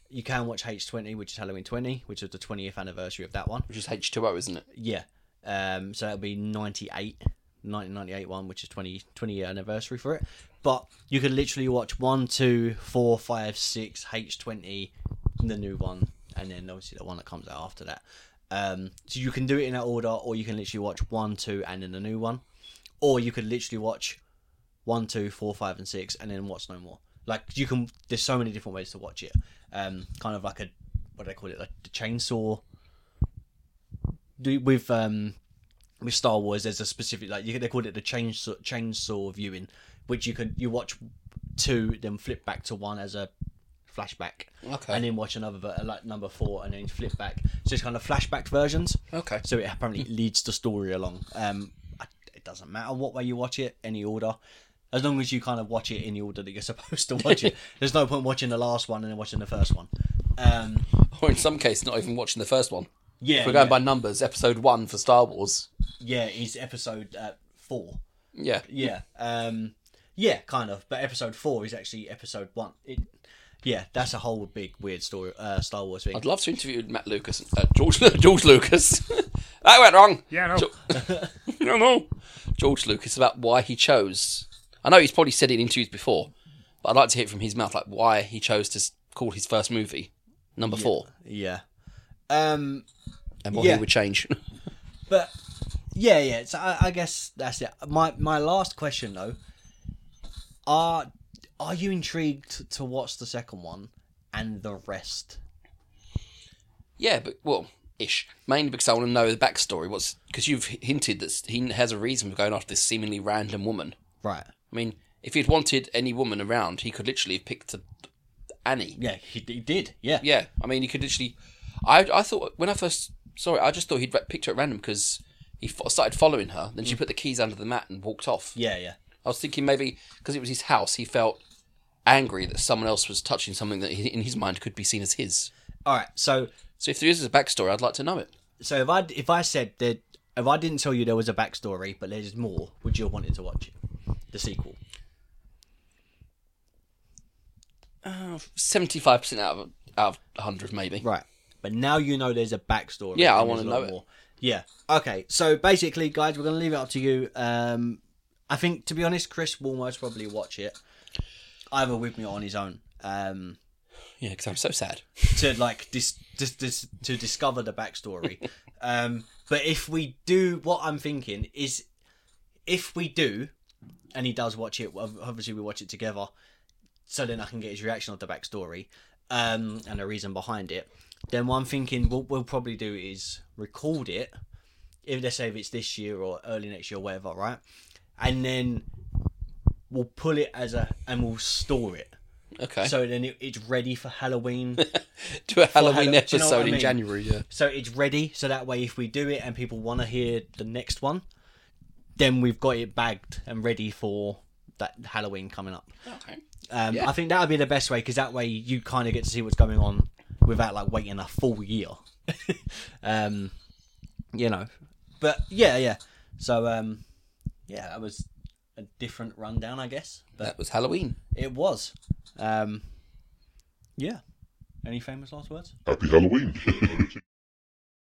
you can watch H20, which is Halloween 20, which is the 20th anniversary of that one.
Which is H two O, isn't it?
Yeah. Um, so that'll be 98, 1998 one, which is 20, 20 year anniversary for it. But you could literally watch 1, 2, 4, 5, 6, H20, the new one, and then obviously the one that comes out after that. Um, so you can do it in that order, or you can literally watch 1, 2, and then the new one. Or you could literally watch 1, 2, 4, 5, and 6, and then watch no more. Like, you can, there's so many different ways to watch it. Um, kind of like a, what do they call it? Like the chainsaw do with um with Star Wars, there's a specific like you, they called it the chainsaw chainsaw viewing, which you can you watch two, then flip back to one as a flashback,
Okay.
and then watch another ver- like number four, and then flip back. So it's kind of flashback versions.
Okay.
So it apparently leads the story along. Um, I- it doesn't matter what way you watch it, any order. As long as you kind of watch it in the order that you're *laughs* supposed to watch
*laughs*
it, there's no point watching the last one and then watching the first one. Um,
Or in some cases, not even watching the first one.
yeah,
If we're going
yeah.
by numbers, episode one for Star Wars.
yeah, is episode uh, four.
Yeah.
yeah um yeah kind of but episode four is actually episode one it yeah that's a whole big weird story uh star wars thing
I'd love to interview Matt Lucas, uh, George *laughs* George Lucas. that went wrong.
Yeah, no.
*laughs* No, no. George Lucas about why he chose. I know he's probably said it in interviews before, but I'd like to hear it from his mouth, like why he chose to s- call his first movie number four
yeah um
and what
Yeah.
he would change. *laughs*
but yeah yeah so I, I guess that's it my my last question though are are you intrigued to watch the second one and the rest
Yeah, but well, ish. Mainly because I want to know the backstory. What's because you've hinted that he has a reason for going after this seemingly random woman.
right
I mean, if he'd wanted any woman around, he could literally have picked a, Annie.
yeah he, he did yeah
Yeah, I mean, he could literally. I I thought when I first saw it, I just thought he'd re- picked her at random because he fo- started following her. Then she put the keys under the mat and walked off.
Mm. yeah yeah
I was thinking maybe because it was his house, he felt angry that someone else was touching something that he, in his mind could be seen as his.
all right so
So if there is a backstory, I'd like to know it.
so if i if i said that if i didn't tell you there was a backstory but there's more would you have wanted to watch it the sequel
seventy-five percent out of out of hundred, maybe.
Right. But now you know there's a backstory.
Yeah, I
and
wanna
there's a lot
know it.
Yeah. Okay. So basically, guys, we're going to leave it up to you. Um, I think, to be honest, Chris will most probably watch it either with me or on his own. Um,
Yeah, because I'm so sad. *laughs*
to like dis, dis, dis, to discover the backstory. um, but if we do, what I'm thinking is, if we do, and he does watch it, ob- obviously we watch it together, so then I can get his reaction of the backstory um, and the reason behind it. Then what I'm thinking what we'll probably do is record it, if let's say if it's this year or early next year, or whatever, right? And then we'll pull it as a and we'll store it.
Okay. *laughs*
So then it, it's ready for Halloween
do a Halloween
Hallow- do you know
episode
what I
in
mean?
January. Yeah.
So it's ready. So that way, if we do it and people want to hear the next one, then we've got it bagged and ready for that Halloween coming up.
Okay.
Um,
Yeah.
I think that would be the best way because that way you kind of get to see what's going on without like waiting a full year. *laughs* um, you know, but yeah, yeah. So um, yeah, that was a different rundown, I guess. But
That was Halloween.
it was. Um, yeah. Any famous last words?
Happy Halloween.